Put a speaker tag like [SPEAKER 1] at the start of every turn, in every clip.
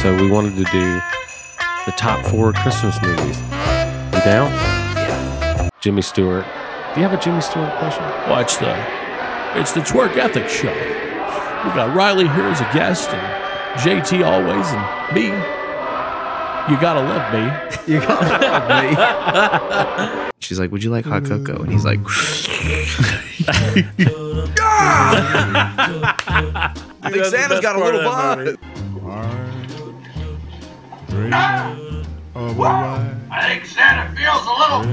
[SPEAKER 1] so we wanted to do the top four Christmas movies. You down? Yeah. Jimmy Stewart. Do you have a Jimmy Stewart question?
[SPEAKER 2] Well, it's the it's the twerk ethics show. We got Riley here as a guest, and JT always, and me. You gotta love me.
[SPEAKER 3] You got me. She's like, "Would you like hot cocoa?" And he's like,
[SPEAKER 4] I think Santa's got a little buzz.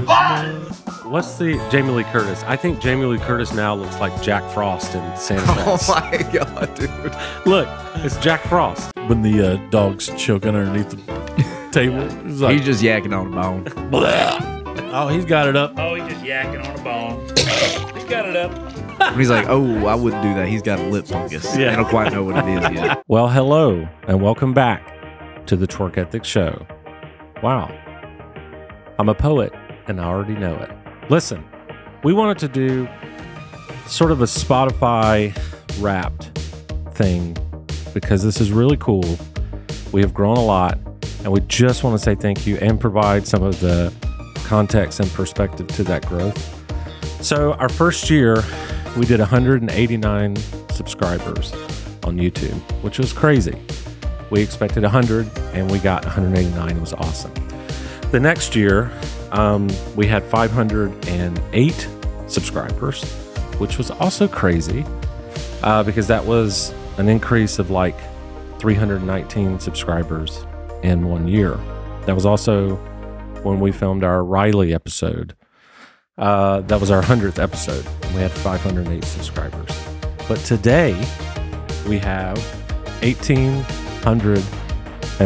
[SPEAKER 1] What's the Jamie Lee Curtis? I think Jamie Lee Curtis now looks like Jack Frost in Santa
[SPEAKER 4] Oh
[SPEAKER 1] Claus.
[SPEAKER 4] my god, dude.
[SPEAKER 1] Look, it's Jack Frost.
[SPEAKER 5] when the uh, dog's choking underneath the table. He's like,
[SPEAKER 3] "He's just yakking on a bone."
[SPEAKER 5] oh, he's got it up.
[SPEAKER 6] Oh, he's just yakking on a bone. he's got it up.
[SPEAKER 3] And he's like, "Oh, I wouldn't do that. He's got a lip fungus.
[SPEAKER 5] Yeah.
[SPEAKER 3] I don't quite know what it is yet."
[SPEAKER 1] Well, hello, and welcome back to the Twerk Ethics Show. Wow. I'm a poet, and I already know it. Listen, we wanted to do sort of a Spotify wrapped thing because this is really cool. We have grown a lot, and we just want to say thank you and provide some of the context and perspective to that growth. So, our first year, we did 189 subscribers on YouTube, which was crazy. We expected 100 and we got 189. It was awesome. The next year, um, we had 508 subscribers, which was also crazy uh, because that was an increase of like 319 subscribers in one year. That was also when we filmed our Riley episode. Uh, that was our 100th episode. We had 508 subscribers. But today, we have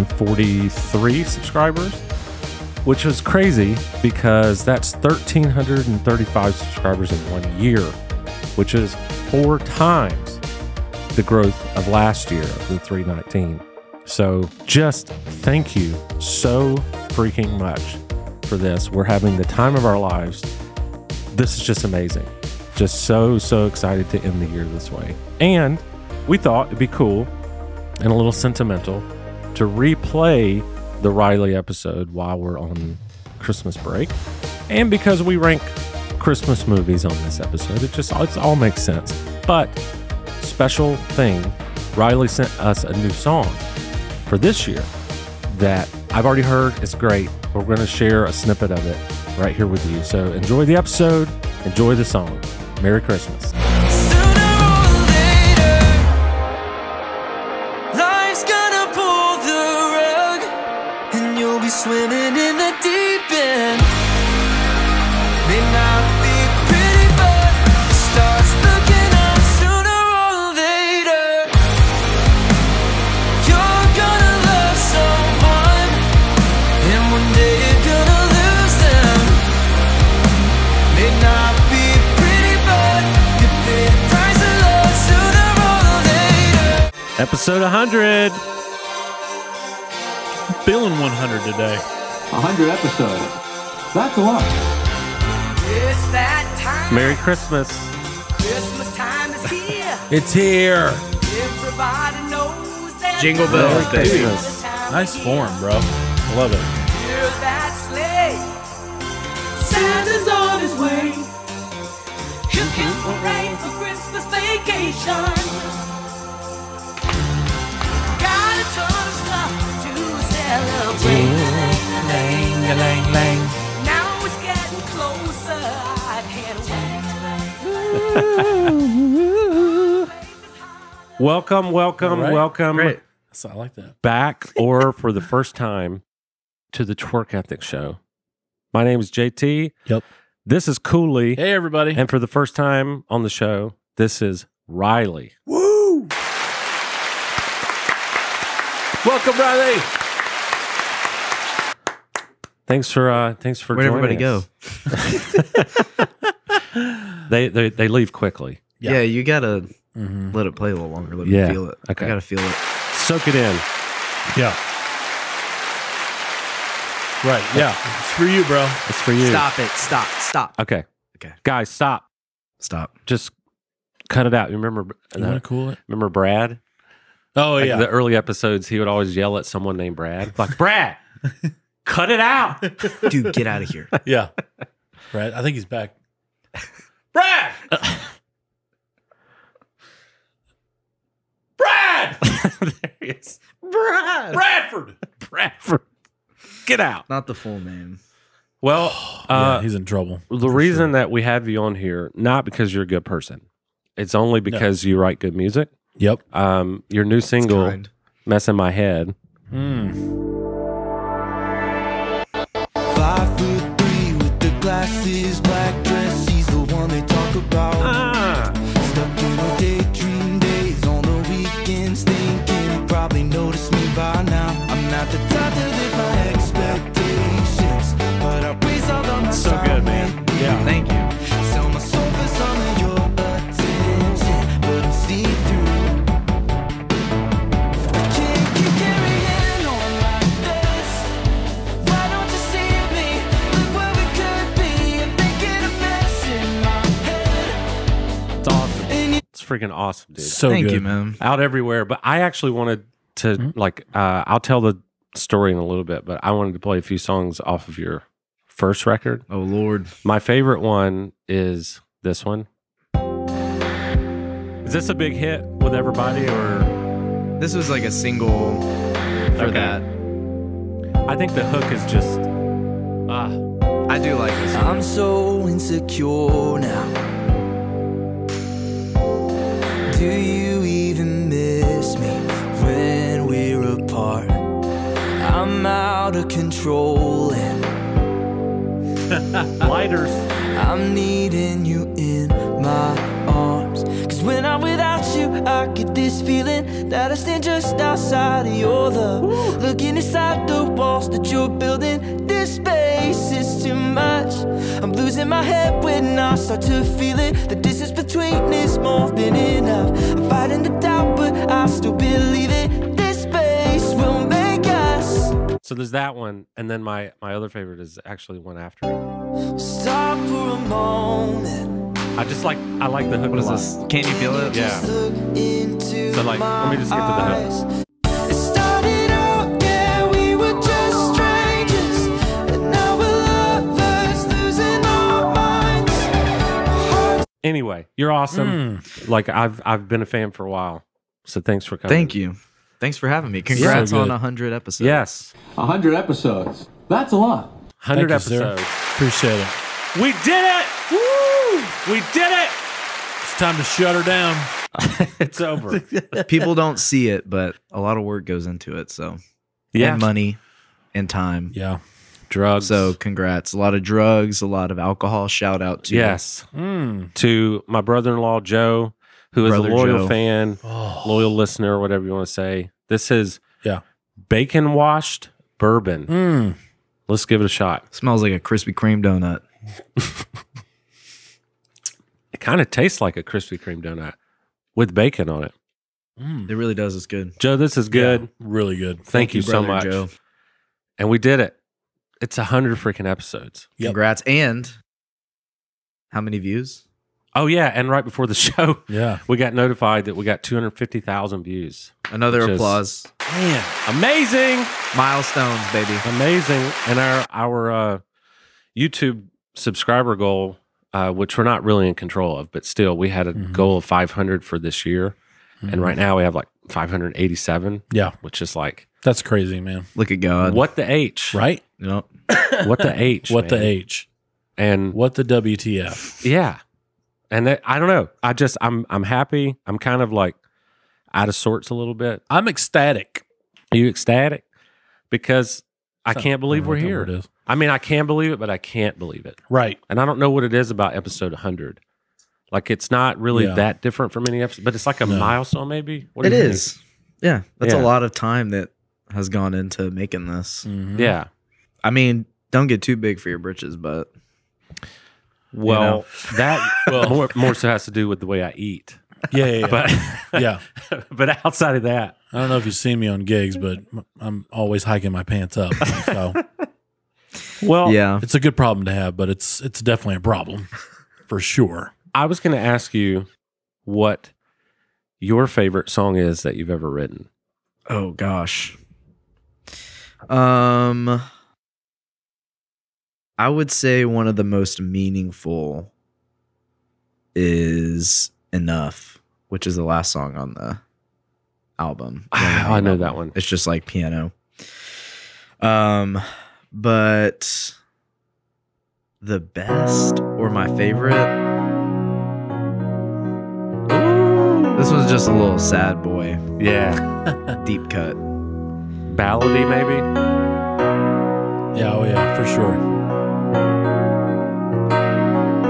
[SPEAKER 1] 1,843 subscribers, which was crazy because that's 1,335 subscribers in one year, which is four times the growth of last year of the 319. So just thank you so freaking much for this. We're having the time of our lives. This is just amazing. Just so, so excited to end the year this way. And we thought it'd be cool and a little sentimental to replay the Riley episode while we're on Christmas break. And because we rank Christmas movies on this episode, it just it all makes sense. But special thing, Riley sent us a new song for this year that I've already heard. It's great. We're going to share a snippet of it right here with you. So enjoy the episode, enjoy the song. Merry Christmas.
[SPEAKER 7] Sooner or later, life's gonna pull the rug, and you'll be swimming in the deep end. May not be pretty, but it starts looking up sooner or later. You're gonna love someone, and one day you're gonna lose them. May not be pretty, but you pay the price of love sooner or later.
[SPEAKER 1] Episode 100.
[SPEAKER 5] Feeling 100 today.
[SPEAKER 8] 100 episodes. That's a lot.
[SPEAKER 7] It's that time.
[SPEAKER 1] Merry Christmas.
[SPEAKER 7] Christmas time is here.
[SPEAKER 5] It's here.
[SPEAKER 7] Everybody knows that.
[SPEAKER 3] Jingle bells,
[SPEAKER 7] Christmas
[SPEAKER 3] baby.
[SPEAKER 7] is the time
[SPEAKER 5] Nice
[SPEAKER 7] of
[SPEAKER 5] form,
[SPEAKER 7] year.
[SPEAKER 5] bro. I love it.
[SPEAKER 7] Hear that sleigh. Santa's on his way. Cooking parade for Christmas vacation. Got a ton of stuff to celebrate. Now it's getting closer. I can't wait.
[SPEAKER 1] Welcome, welcome,
[SPEAKER 5] All right.
[SPEAKER 1] welcome
[SPEAKER 3] Great.
[SPEAKER 5] So I like that.
[SPEAKER 1] back or for the first time to the Twerk Ethics Show. My name is JT.
[SPEAKER 5] Yep.
[SPEAKER 1] This is Cooley.
[SPEAKER 5] Hey, everybody.
[SPEAKER 1] And for the first time on the show, this is Riley.
[SPEAKER 5] Woo! Welcome, Riley.
[SPEAKER 1] Thanks for uh thanks for
[SPEAKER 3] Where'd
[SPEAKER 1] joining
[SPEAKER 3] everybody go?
[SPEAKER 1] us. They, they they leave quickly.
[SPEAKER 3] Yeah. you gotta
[SPEAKER 5] Mhm.
[SPEAKER 3] let it play a little longer. Let
[SPEAKER 1] Yeah,
[SPEAKER 3] me feel it.
[SPEAKER 1] okay.
[SPEAKER 3] I gotta feel it.
[SPEAKER 1] Soak it in.
[SPEAKER 5] Yeah. Right. Yeah. It's for you, bro.
[SPEAKER 1] It's for you.
[SPEAKER 3] Stop it. Stop. Stop.
[SPEAKER 1] Okay.
[SPEAKER 3] Okay.
[SPEAKER 1] Guys, stop.
[SPEAKER 3] Stop.
[SPEAKER 1] Just cut it out. You remember
[SPEAKER 5] You want to cool it?
[SPEAKER 1] remember Brad?
[SPEAKER 5] Oh
[SPEAKER 1] Like
[SPEAKER 5] yeah.
[SPEAKER 1] the early episodes, he would always yell at someone named Brad, like Brad, cut it out.
[SPEAKER 3] Dude, get out of here.
[SPEAKER 5] yeah. Brad, I think he's back.
[SPEAKER 1] Brad! Brad! there he is.
[SPEAKER 3] Brad.
[SPEAKER 1] Bradford! Bradford. Get out.
[SPEAKER 3] Not the full name.
[SPEAKER 1] Well,
[SPEAKER 5] yeah,
[SPEAKER 1] uh,
[SPEAKER 5] he's in trouble.
[SPEAKER 1] the reason that we have you on here, not because you're a good person, it's only because you write good music.
[SPEAKER 5] Yep.
[SPEAKER 1] Um, your new single,
[SPEAKER 3] Kind.
[SPEAKER 1] Mess in My Head,
[SPEAKER 5] Mm.
[SPEAKER 7] Five foot three with the glasses, black dress. She's the one they talk about. Stuck in her daydream days on the weekends, thinking he probably noticed me by now. I'm not the type to live my expectations, but I waste all of my so time. good, man. Yeah.
[SPEAKER 3] Thank you.
[SPEAKER 7] Sell my soul for some of your attention, but I'm see through. I can't keep carrying on like this. Why don't you see me? Look where we could be. I'm making a mess in my head.
[SPEAKER 1] It's awesome.
[SPEAKER 7] And you
[SPEAKER 1] It's freaking awesome, dude.
[SPEAKER 5] So
[SPEAKER 3] Thank
[SPEAKER 5] good.
[SPEAKER 3] you, man.
[SPEAKER 1] out everywhere. But I actually wanted to like uh, I'll tell the story in a little bit, but I wanted to play a few songs off of your first record.
[SPEAKER 3] Oh Lord.
[SPEAKER 1] My favorite one is this one. Is this a big hit with everybody or
[SPEAKER 3] This was like a single for
[SPEAKER 1] Okay.
[SPEAKER 3] that.
[SPEAKER 1] I think the hook is just ah
[SPEAKER 3] I do like this.
[SPEAKER 7] I'm so insecure now. Do you even miss me when we're apart? I'm out of control and
[SPEAKER 1] lighters.
[SPEAKER 7] I'm needing you in my arms. Cause when I'm without you, I get this feeling that I stand just outside of your love. Looking inside the walls that you're building, this space is too much. I'm losing my head when I start to feel it. The distance between is more than enough. I'm fighting the doubt, but I still believe it. This space will make us.
[SPEAKER 1] So there's that one, and then my my other favorite is actually one after it.
[SPEAKER 7] Stop for a moment.
[SPEAKER 1] I just like I like the hook
[SPEAKER 3] What
[SPEAKER 1] a
[SPEAKER 3] is
[SPEAKER 1] lot.
[SPEAKER 3] this? Can you feel it?
[SPEAKER 1] Yeah.
[SPEAKER 7] Just look into
[SPEAKER 1] So, like,
[SPEAKER 7] my
[SPEAKER 1] let me just get to the hook.
[SPEAKER 7] eyes. It started out, yeah, we were just strangers. And now we're lovers, losing our minds. Hearts
[SPEAKER 1] Anyway, you're awesome.
[SPEAKER 5] Mm,
[SPEAKER 1] Like I've I've been a fan for a while. So thanks for coming.
[SPEAKER 3] Thank you. Thanks for having me. Congrats
[SPEAKER 5] So good.
[SPEAKER 3] on on hundred episodes.
[SPEAKER 1] Yes.
[SPEAKER 8] 100 episodes. That's a lot.
[SPEAKER 1] 100
[SPEAKER 5] Thank you, sir.
[SPEAKER 1] episodes.
[SPEAKER 5] Appreciate it.
[SPEAKER 1] We did it! Woo! We did it!
[SPEAKER 5] It's time to shut her down.
[SPEAKER 1] It's over.
[SPEAKER 3] People don't see it, but a lot of work goes into it. So and money and time.
[SPEAKER 5] Yeah.
[SPEAKER 1] Drugs.
[SPEAKER 3] So congrats. A lot of drugs, a lot of alcohol. Shout out to
[SPEAKER 1] yes.
[SPEAKER 5] Mm.
[SPEAKER 1] To my brother in law, Joe, who is
[SPEAKER 3] Brother
[SPEAKER 1] a loyal
[SPEAKER 3] Joe.
[SPEAKER 1] fan,
[SPEAKER 5] Oh.
[SPEAKER 1] loyal listener, whatever you want to say. This is
[SPEAKER 5] Yeah.
[SPEAKER 1] bacon washed bourbon.
[SPEAKER 5] Mm.
[SPEAKER 1] Let's give it a shot.
[SPEAKER 3] Smells like a Krispy Kreme donut.
[SPEAKER 1] It kind of tastes like a Krispy Kreme donut with bacon on it.
[SPEAKER 5] Mm.
[SPEAKER 3] It really does. It's good.
[SPEAKER 1] Joe, this is good.
[SPEAKER 5] Yeah, really good.
[SPEAKER 1] Thank, you, so
[SPEAKER 3] brother
[SPEAKER 1] much.
[SPEAKER 3] Joe.
[SPEAKER 1] And we did it. It's 100 freaking episodes.
[SPEAKER 5] Yep.
[SPEAKER 3] Congrats. And how many views?
[SPEAKER 1] Oh, yeah. And right before the show,
[SPEAKER 5] Yeah.
[SPEAKER 1] we got notified that we got 250,000 views.
[SPEAKER 3] Another
[SPEAKER 1] Which is-
[SPEAKER 3] applause.
[SPEAKER 1] Man, amazing.
[SPEAKER 3] Milestones, baby.
[SPEAKER 1] amazing and our our uh, youtube subscriber goal uh, which we're not really in control of but still we had a
[SPEAKER 5] Mhm.
[SPEAKER 1] goal of 500 for this year and
[SPEAKER 5] Mm-hmm.
[SPEAKER 1] right now we have like 587
[SPEAKER 5] Mm. Yeah.
[SPEAKER 1] which is like
[SPEAKER 5] That's crazy, man.
[SPEAKER 3] Look at God.
[SPEAKER 1] what the h
[SPEAKER 5] Right?
[SPEAKER 3] Nope.
[SPEAKER 1] what the h
[SPEAKER 5] What the
[SPEAKER 1] man.
[SPEAKER 5] H?
[SPEAKER 1] and
[SPEAKER 5] What the WTF?
[SPEAKER 1] yeah and that, i don't know i just i'm i'm happy i'm kind of like out of sorts a little bit
[SPEAKER 5] I'm ecstatic.
[SPEAKER 1] are you ecstatic because i
[SPEAKER 5] So-
[SPEAKER 1] can't believe
[SPEAKER 5] I
[SPEAKER 1] we're
[SPEAKER 5] don't know what that
[SPEAKER 1] here
[SPEAKER 5] word is.
[SPEAKER 1] i mean i can believe it but i can't believe it
[SPEAKER 5] Right.
[SPEAKER 1] And I don't know what it is about episode 100. Like it's not really
[SPEAKER 5] Yeah.
[SPEAKER 1] that different from any episode, but it's like a
[SPEAKER 5] No.
[SPEAKER 1] milestone maybe. What do
[SPEAKER 3] It
[SPEAKER 1] you think?
[SPEAKER 3] is. Yeah. That's
[SPEAKER 1] Yeah.
[SPEAKER 3] a lot of time that has gone into making this.
[SPEAKER 5] Mhm.
[SPEAKER 1] Yeah.
[SPEAKER 3] I mean, don't get too big for your britches, but
[SPEAKER 1] Well,
[SPEAKER 3] know.
[SPEAKER 1] that more more so has to do with the way I eat.
[SPEAKER 5] Yeah. Yeah. yeah.
[SPEAKER 1] But
[SPEAKER 5] yeah.
[SPEAKER 1] but outside of that,
[SPEAKER 5] I don't know if you've seen me on gigs, but m- I'm always hiking my pants up. So
[SPEAKER 1] well,
[SPEAKER 3] yeah.
[SPEAKER 5] it's a good problem to have, but it's it's definitely a problem for sure.
[SPEAKER 1] I was going to ask you what your favorite song is that you've ever written.
[SPEAKER 3] Oh gosh. Um I would say one of the most meaningful is Enough, which is the last song on the album.
[SPEAKER 1] I know that one.
[SPEAKER 3] It's just like piano. Um but the best or my favorite This one's just a little sad boy
[SPEAKER 1] Yeah.
[SPEAKER 3] deep cut.
[SPEAKER 1] Ballady, maybe?
[SPEAKER 5] Yeah, oh yeah, for sure.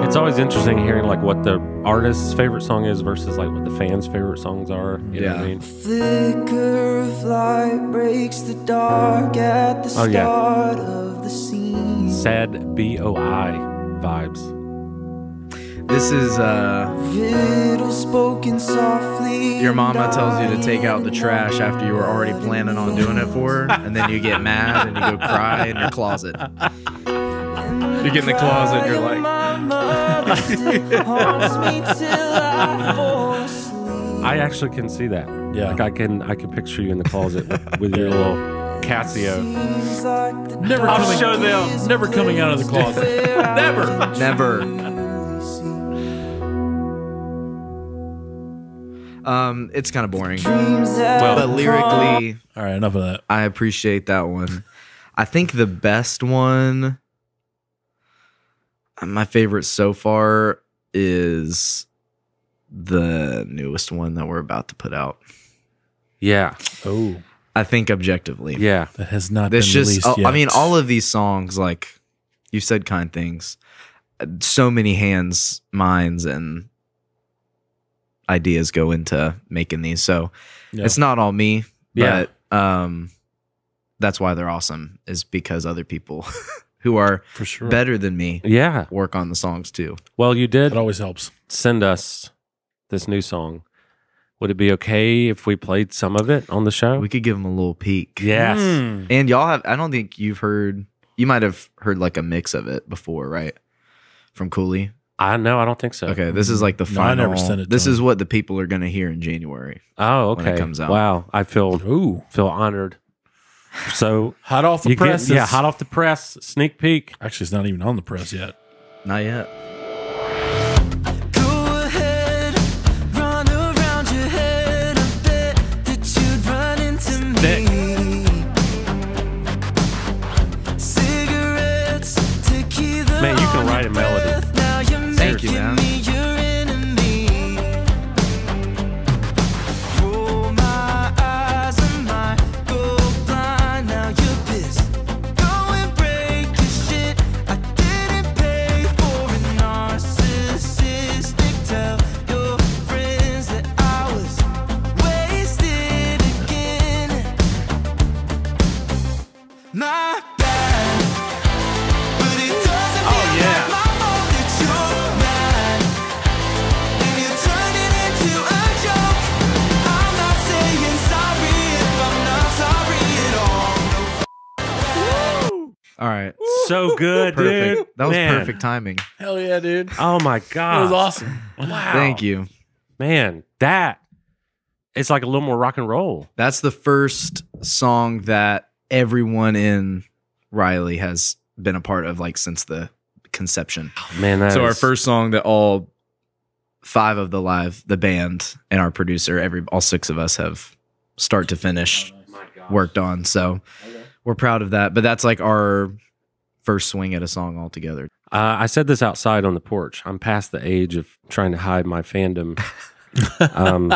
[SPEAKER 1] It's always interesting hearing like what the artist's favorite song is versus like what the fans' favorite songs are. You know what I
[SPEAKER 3] Yeah.
[SPEAKER 1] mean?
[SPEAKER 7] Flicker of light breaks the dark at the
[SPEAKER 1] Oh, yeah.
[SPEAKER 7] start of the scene.
[SPEAKER 1] Sad B O I vibes.
[SPEAKER 3] This is uh
[SPEAKER 7] Riddle spoken softly.
[SPEAKER 3] your mama tells you to take out the trash after you were already planning on doing it for her, and then you get mad and you go cry in your closet.
[SPEAKER 7] You
[SPEAKER 3] get in the closet and you're like-
[SPEAKER 1] I actually can see that.
[SPEAKER 5] Yeah.
[SPEAKER 1] Like I can I can picture you in the closet with, with your little Casio.
[SPEAKER 5] Never
[SPEAKER 2] I'll
[SPEAKER 5] coming-
[SPEAKER 2] show them.
[SPEAKER 5] Never coming out of the closet.
[SPEAKER 2] Never.
[SPEAKER 3] Never. Um, it's kind of boring, but lyrically,
[SPEAKER 5] All right, enough of that.
[SPEAKER 3] I appreciate that one. I think the best one, uh, my favorite so far, is the newest one that we're about to put out.
[SPEAKER 1] Yeah.
[SPEAKER 5] Oh,
[SPEAKER 3] I think objectively,
[SPEAKER 1] Yeah.
[SPEAKER 5] that has not
[SPEAKER 3] This
[SPEAKER 5] been
[SPEAKER 3] just,
[SPEAKER 5] released
[SPEAKER 3] oh,
[SPEAKER 5] yet.
[SPEAKER 3] I mean, all of these songs, like you said, kind things, uh, so many hands, minds, and ideas go into making these. So
[SPEAKER 5] Yeah.
[SPEAKER 3] it's not all me,
[SPEAKER 1] Yeah.
[SPEAKER 3] but um, that's why they're awesome, is because other people who are
[SPEAKER 5] for sure.
[SPEAKER 3] better than me
[SPEAKER 1] Yeah.
[SPEAKER 3] work on the songs too.
[SPEAKER 1] Well, you did
[SPEAKER 5] That always helps.
[SPEAKER 1] send us this new song. Would it be okay if we played some of it on the show?
[SPEAKER 3] We Hmm. could give them a little peek.
[SPEAKER 1] yes.
[SPEAKER 5] Mm.
[SPEAKER 3] And y'all have, I don't think you've heard, you might have heard like a mix of it before, right? From Cooley.
[SPEAKER 1] I know. I don't think so.
[SPEAKER 3] Okay, this is like the
[SPEAKER 5] No, I
[SPEAKER 3] final.
[SPEAKER 5] never sent it to
[SPEAKER 3] this
[SPEAKER 5] him.
[SPEAKER 3] is what the people are going to hear in January.
[SPEAKER 1] Oh, okay.
[SPEAKER 3] When it comes out.
[SPEAKER 1] Wow. I feel
[SPEAKER 5] Ooh,
[SPEAKER 1] feel honored. So
[SPEAKER 5] hot off the
[SPEAKER 1] you get-
[SPEAKER 5] press.
[SPEAKER 1] yeah, hot off the press, sneak peek.
[SPEAKER 5] Actually, it's not even on the press yet.
[SPEAKER 3] Not yet.
[SPEAKER 7] Go ahead, run around your head. I bet that you'd run into me. Cigarettes, tequila
[SPEAKER 1] Man, you can
[SPEAKER 7] on
[SPEAKER 1] write
[SPEAKER 7] your
[SPEAKER 1] a melody.
[SPEAKER 7] breath. Now you're
[SPEAKER 3] Thank you,
[SPEAKER 7] making
[SPEAKER 3] man.
[SPEAKER 7] me your enemy. Roll my eyes and I go blind. Now you're pissed. Go and break your shit. I didn't pay for a narcissistic. Tell your friends that I was wasted again. My bad. But it doesn't
[SPEAKER 2] Oh,
[SPEAKER 7] feel
[SPEAKER 2] yeah.
[SPEAKER 7] like my fault that you're mad. And you turned it into a joke. I'm not saying sorry if I'm not sorry at all.
[SPEAKER 3] All right.
[SPEAKER 1] So good,
[SPEAKER 3] Perfect.
[SPEAKER 1] dude.
[SPEAKER 3] That was
[SPEAKER 1] Man.
[SPEAKER 3] perfect timing.
[SPEAKER 5] Hell yeah, dude.
[SPEAKER 1] Oh my god.
[SPEAKER 5] That was awesome.
[SPEAKER 1] Wow.
[SPEAKER 3] Thank you.
[SPEAKER 1] Man, that it's like a little more rock and roll.
[SPEAKER 3] That's the first song that everyone in Riley has been a part of like since the conception.
[SPEAKER 1] Man, that's
[SPEAKER 3] so our first song that all five of the live the band and our producer every all six of us have start to finish worked on. So we're proud of that, but that's like our first swing at a song altogether.
[SPEAKER 1] Uh, I said this outside on the porch. I'm past the age of trying to hide my fandom. um,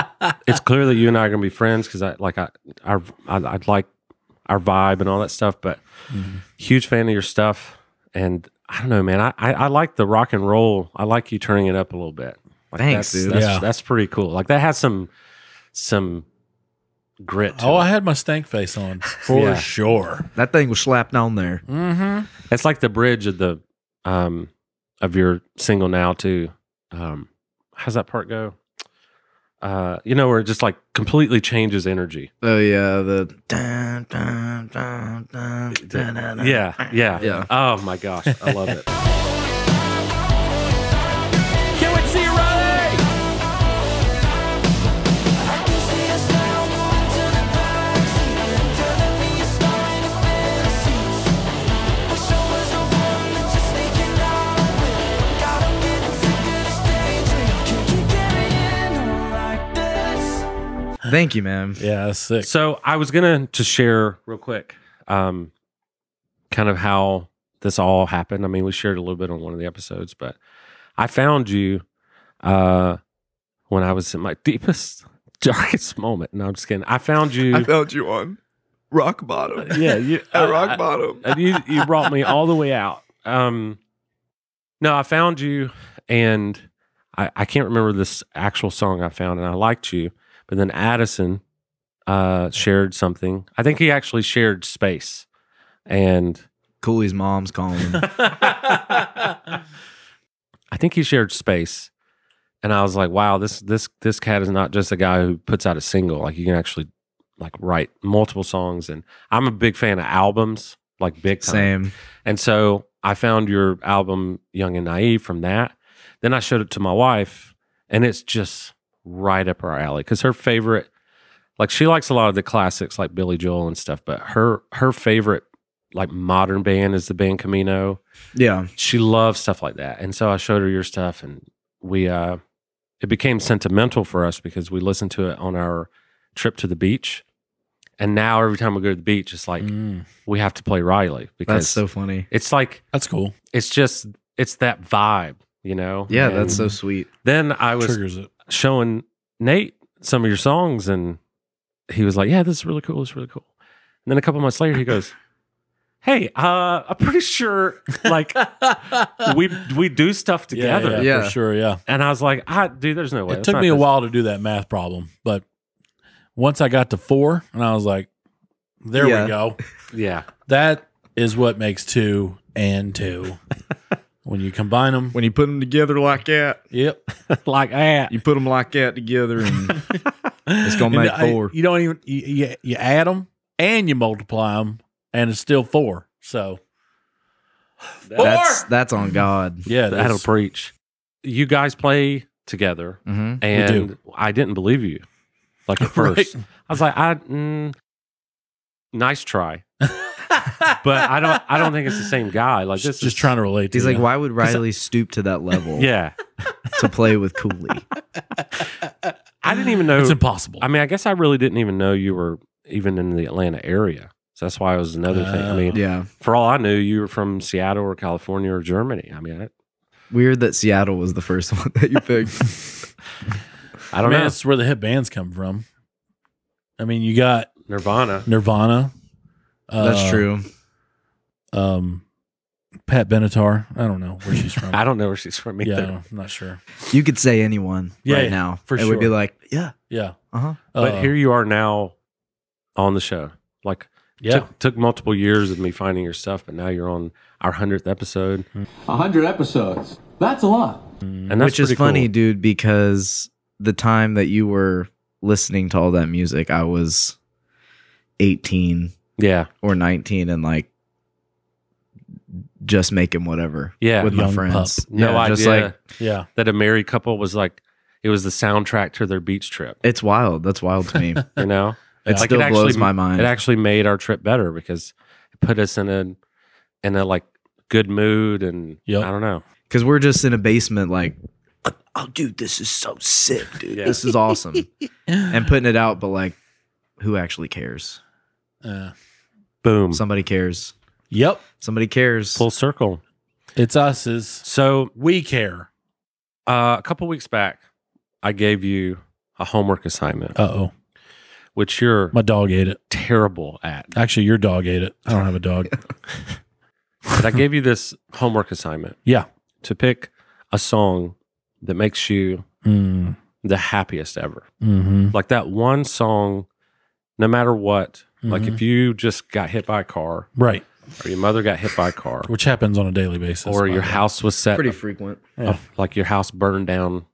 [SPEAKER 1] it's clear that you and I are going to be friends because I like I, our, I I'd like our vibe and all that stuff. But
[SPEAKER 3] Mm-hmm.
[SPEAKER 1] huge fan of your stuff, and I don't know, man. I, I I like the rock and roll. I like you turning it up a little bit. Like,
[SPEAKER 3] Thanks,
[SPEAKER 1] that's,
[SPEAKER 3] dude.
[SPEAKER 1] That's,
[SPEAKER 5] Yeah.
[SPEAKER 1] that's pretty cool. Like that has some some grit. To
[SPEAKER 5] Oh,
[SPEAKER 1] it.
[SPEAKER 5] I had my stank face on for
[SPEAKER 1] Yeah.
[SPEAKER 5] sure.
[SPEAKER 3] That thing was slapped on there.
[SPEAKER 5] Mm-hmm.
[SPEAKER 1] It's like the bridge of the um of your single now too. Um how's that part go? Uh you know where it just like completely changes energy.
[SPEAKER 3] Oh yeah, the dun, dun, dun, dun, dun, dun, dun.
[SPEAKER 1] Yeah, yeah.
[SPEAKER 3] Yeah.
[SPEAKER 1] Oh my gosh, I love it.
[SPEAKER 7] I can see us now, to the past.
[SPEAKER 3] Thank you, man.
[SPEAKER 5] Yeah, that's sick.
[SPEAKER 1] So I was gonna to share real quick, um, kind of how this all happened. I mean, we shared a little bit on one of the episodes, but I found you uh, when I was in my deepest, darkest moment. No, I'm just kidding. I found you. Uh,
[SPEAKER 4] I found you on rock bottom.
[SPEAKER 1] yeah, you
[SPEAKER 4] At
[SPEAKER 1] I-
[SPEAKER 4] rock
[SPEAKER 1] I-
[SPEAKER 4] bottom.
[SPEAKER 1] and you you brought me all the way out. Um, no, I found you, and I I can't remember this actual song I found, and I liked you, but then Addison uh shared something. I think he actually shared space, and
[SPEAKER 3] Cooley's mom's calling. him.
[SPEAKER 1] I think he shared space, and I was like, wow, this this this cat is not just a guy who puts out a single. Like you can actually like write multiple songs, and I'm a big fan of albums, like big time.
[SPEAKER 3] Same.
[SPEAKER 1] And so I found your album Young and Naive from that. Then I showed it to my wife, and it's just right up her alley because her favorite, like she likes a lot of the classics like Billy Joel and stuff, but her her favorite like modern band is the band Camino
[SPEAKER 3] Yeah.
[SPEAKER 1] she loves stuff like that. And so I showed her your stuff and we uh it became sentimental for us because we listened to it on our trip to the beach. And now every time we go to the beach, it's like
[SPEAKER 5] Mm,
[SPEAKER 1] we have to play Riley
[SPEAKER 3] That's
[SPEAKER 1] because
[SPEAKER 3] so funny.
[SPEAKER 1] it's like
[SPEAKER 5] that's cool.
[SPEAKER 1] it's just it's that vibe, you know?
[SPEAKER 3] Yeah,
[SPEAKER 1] And
[SPEAKER 3] that's so sweet.
[SPEAKER 1] then I was
[SPEAKER 5] Triggers it.
[SPEAKER 1] showing Nate some of your songs, and he was like, "Yeah, this is really cool. It's really cool." And then a couple months later, he goes, "Hey, uh, I'm pretty sure like we we do stuff together."
[SPEAKER 5] Yeah, yeah,
[SPEAKER 3] Yeah.
[SPEAKER 5] for sure. Yeah.
[SPEAKER 1] And I was like, "I dude, there's no way."
[SPEAKER 5] it
[SPEAKER 1] That's
[SPEAKER 5] took
[SPEAKER 1] not
[SPEAKER 5] me a
[SPEAKER 1] this."
[SPEAKER 5] while to do that math problem, but once I got to four, and I was like, "There
[SPEAKER 3] Yeah.
[SPEAKER 5] we go.
[SPEAKER 1] Yeah,
[SPEAKER 5] That is what makes two and two when you combine them."
[SPEAKER 3] When you put them together like that,
[SPEAKER 5] Yep, like that.
[SPEAKER 3] you put them like that together, and
[SPEAKER 5] It's
[SPEAKER 3] gonna make four.
[SPEAKER 5] you don't even you, you, you add them and you multiply them, and it's still four. So
[SPEAKER 3] that's that's on God.
[SPEAKER 5] yeah,
[SPEAKER 1] that'll
[SPEAKER 5] that's,
[SPEAKER 1] preach. You guys play together,
[SPEAKER 3] hmm
[SPEAKER 1] and I didn't believe you. Like at
[SPEAKER 5] Right.
[SPEAKER 1] first, I was like, "I mm, nice try," but I don't. I don't think it's the same guy. Like this,
[SPEAKER 5] just,
[SPEAKER 1] is,
[SPEAKER 5] just trying to relate. To
[SPEAKER 3] He's like,
[SPEAKER 5] you.
[SPEAKER 3] why would Riley stoop to that level?
[SPEAKER 1] Yeah,
[SPEAKER 3] to play with Cooley.
[SPEAKER 1] I didn't even know.
[SPEAKER 5] It's impossible.
[SPEAKER 1] I mean, I guess I really didn't even know you were even in the Atlanta area. So that's why it was another thing. I
[SPEAKER 5] Oh.
[SPEAKER 1] mean,
[SPEAKER 3] Uh, yeah,
[SPEAKER 1] for all I knew, you were from Seattle or California or Germany. I mean, I,
[SPEAKER 3] weird that Seattle was the first one that you picked.
[SPEAKER 1] I don't
[SPEAKER 5] Man,
[SPEAKER 1] know.
[SPEAKER 5] that's where the hit bands come from. I mean, you got
[SPEAKER 1] Nirvana.
[SPEAKER 5] Nirvana. Uh,
[SPEAKER 3] that's true.
[SPEAKER 5] Um, Pat Benatar. I don't know where she's from.
[SPEAKER 1] I don't know where she's from
[SPEAKER 5] yeah, I
[SPEAKER 1] either.
[SPEAKER 5] don't- I'm not sure.
[SPEAKER 3] You could say anyone
[SPEAKER 5] Yeah,
[SPEAKER 3] right
[SPEAKER 5] yeah,
[SPEAKER 3] now.
[SPEAKER 5] for
[SPEAKER 3] it would be
[SPEAKER 5] sure.
[SPEAKER 3] like, yeah,
[SPEAKER 5] Yeah,
[SPEAKER 3] uh huh.
[SPEAKER 1] But
[SPEAKER 5] Uh,
[SPEAKER 1] here you are now on the show. Like,
[SPEAKER 5] yeah,
[SPEAKER 1] took, took multiple years of me finding your stuff, but now you're on our 100th episode.
[SPEAKER 8] 100 episodes. That's a lot.
[SPEAKER 5] Mm-hmm.
[SPEAKER 1] And that's
[SPEAKER 3] Which is
[SPEAKER 1] pretty cool.
[SPEAKER 3] funny, dude, because the time that you were listening to all that music, I was 18
[SPEAKER 1] Yeah.
[SPEAKER 3] or 19 and like just making whatever
[SPEAKER 1] Yeah.
[SPEAKER 3] with my
[SPEAKER 5] Young
[SPEAKER 3] friends.
[SPEAKER 1] no
[SPEAKER 3] Yeah,
[SPEAKER 1] idea
[SPEAKER 3] Just like,
[SPEAKER 5] yeah.
[SPEAKER 1] that a married couple was like, it was the soundtrack to their beach trip,
[SPEAKER 3] it's wild. That's wild to me.
[SPEAKER 1] you know?
[SPEAKER 5] It
[SPEAKER 1] Like,
[SPEAKER 3] Still blows
[SPEAKER 1] actually-
[SPEAKER 3] my mind.
[SPEAKER 1] it actually made our trip better because it put us in a in a like good mood and
[SPEAKER 5] Yep.
[SPEAKER 1] I don't know.
[SPEAKER 3] because we're just in a basement like oh dude this is so sick dude
[SPEAKER 1] Yeah.
[SPEAKER 3] this is awesome and putting it out but like who actually cares
[SPEAKER 5] Uh,
[SPEAKER 1] Boom.
[SPEAKER 3] somebody cares
[SPEAKER 5] yep,
[SPEAKER 3] somebody cares
[SPEAKER 1] Full circle.
[SPEAKER 5] it's us. Is
[SPEAKER 1] So
[SPEAKER 5] we care?
[SPEAKER 1] uh, a couple weeks back, I gave you a homework assignment,
[SPEAKER 5] Uh oh,
[SPEAKER 1] which you're
[SPEAKER 5] my dog ate it.
[SPEAKER 1] terrible at.
[SPEAKER 5] Actually, your dog ate it. I don't have a dog.
[SPEAKER 1] But I gave you this homework assignment.
[SPEAKER 5] Yeah.
[SPEAKER 1] To pick a song that makes you
[SPEAKER 5] mm,
[SPEAKER 1] the happiest ever.
[SPEAKER 5] mm-hmm.
[SPEAKER 1] Like that one song, no matter what, like
[SPEAKER 5] Mhm.
[SPEAKER 1] if you just got hit by a car
[SPEAKER 5] Right,
[SPEAKER 1] or your mother got hit by a car
[SPEAKER 5] which happens on a daily basis.
[SPEAKER 1] or
[SPEAKER 5] by
[SPEAKER 1] your
[SPEAKER 5] the way.
[SPEAKER 1] house was set
[SPEAKER 3] pretty frequent
[SPEAKER 5] Yeah.
[SPEAKER 1] of, like your house burned down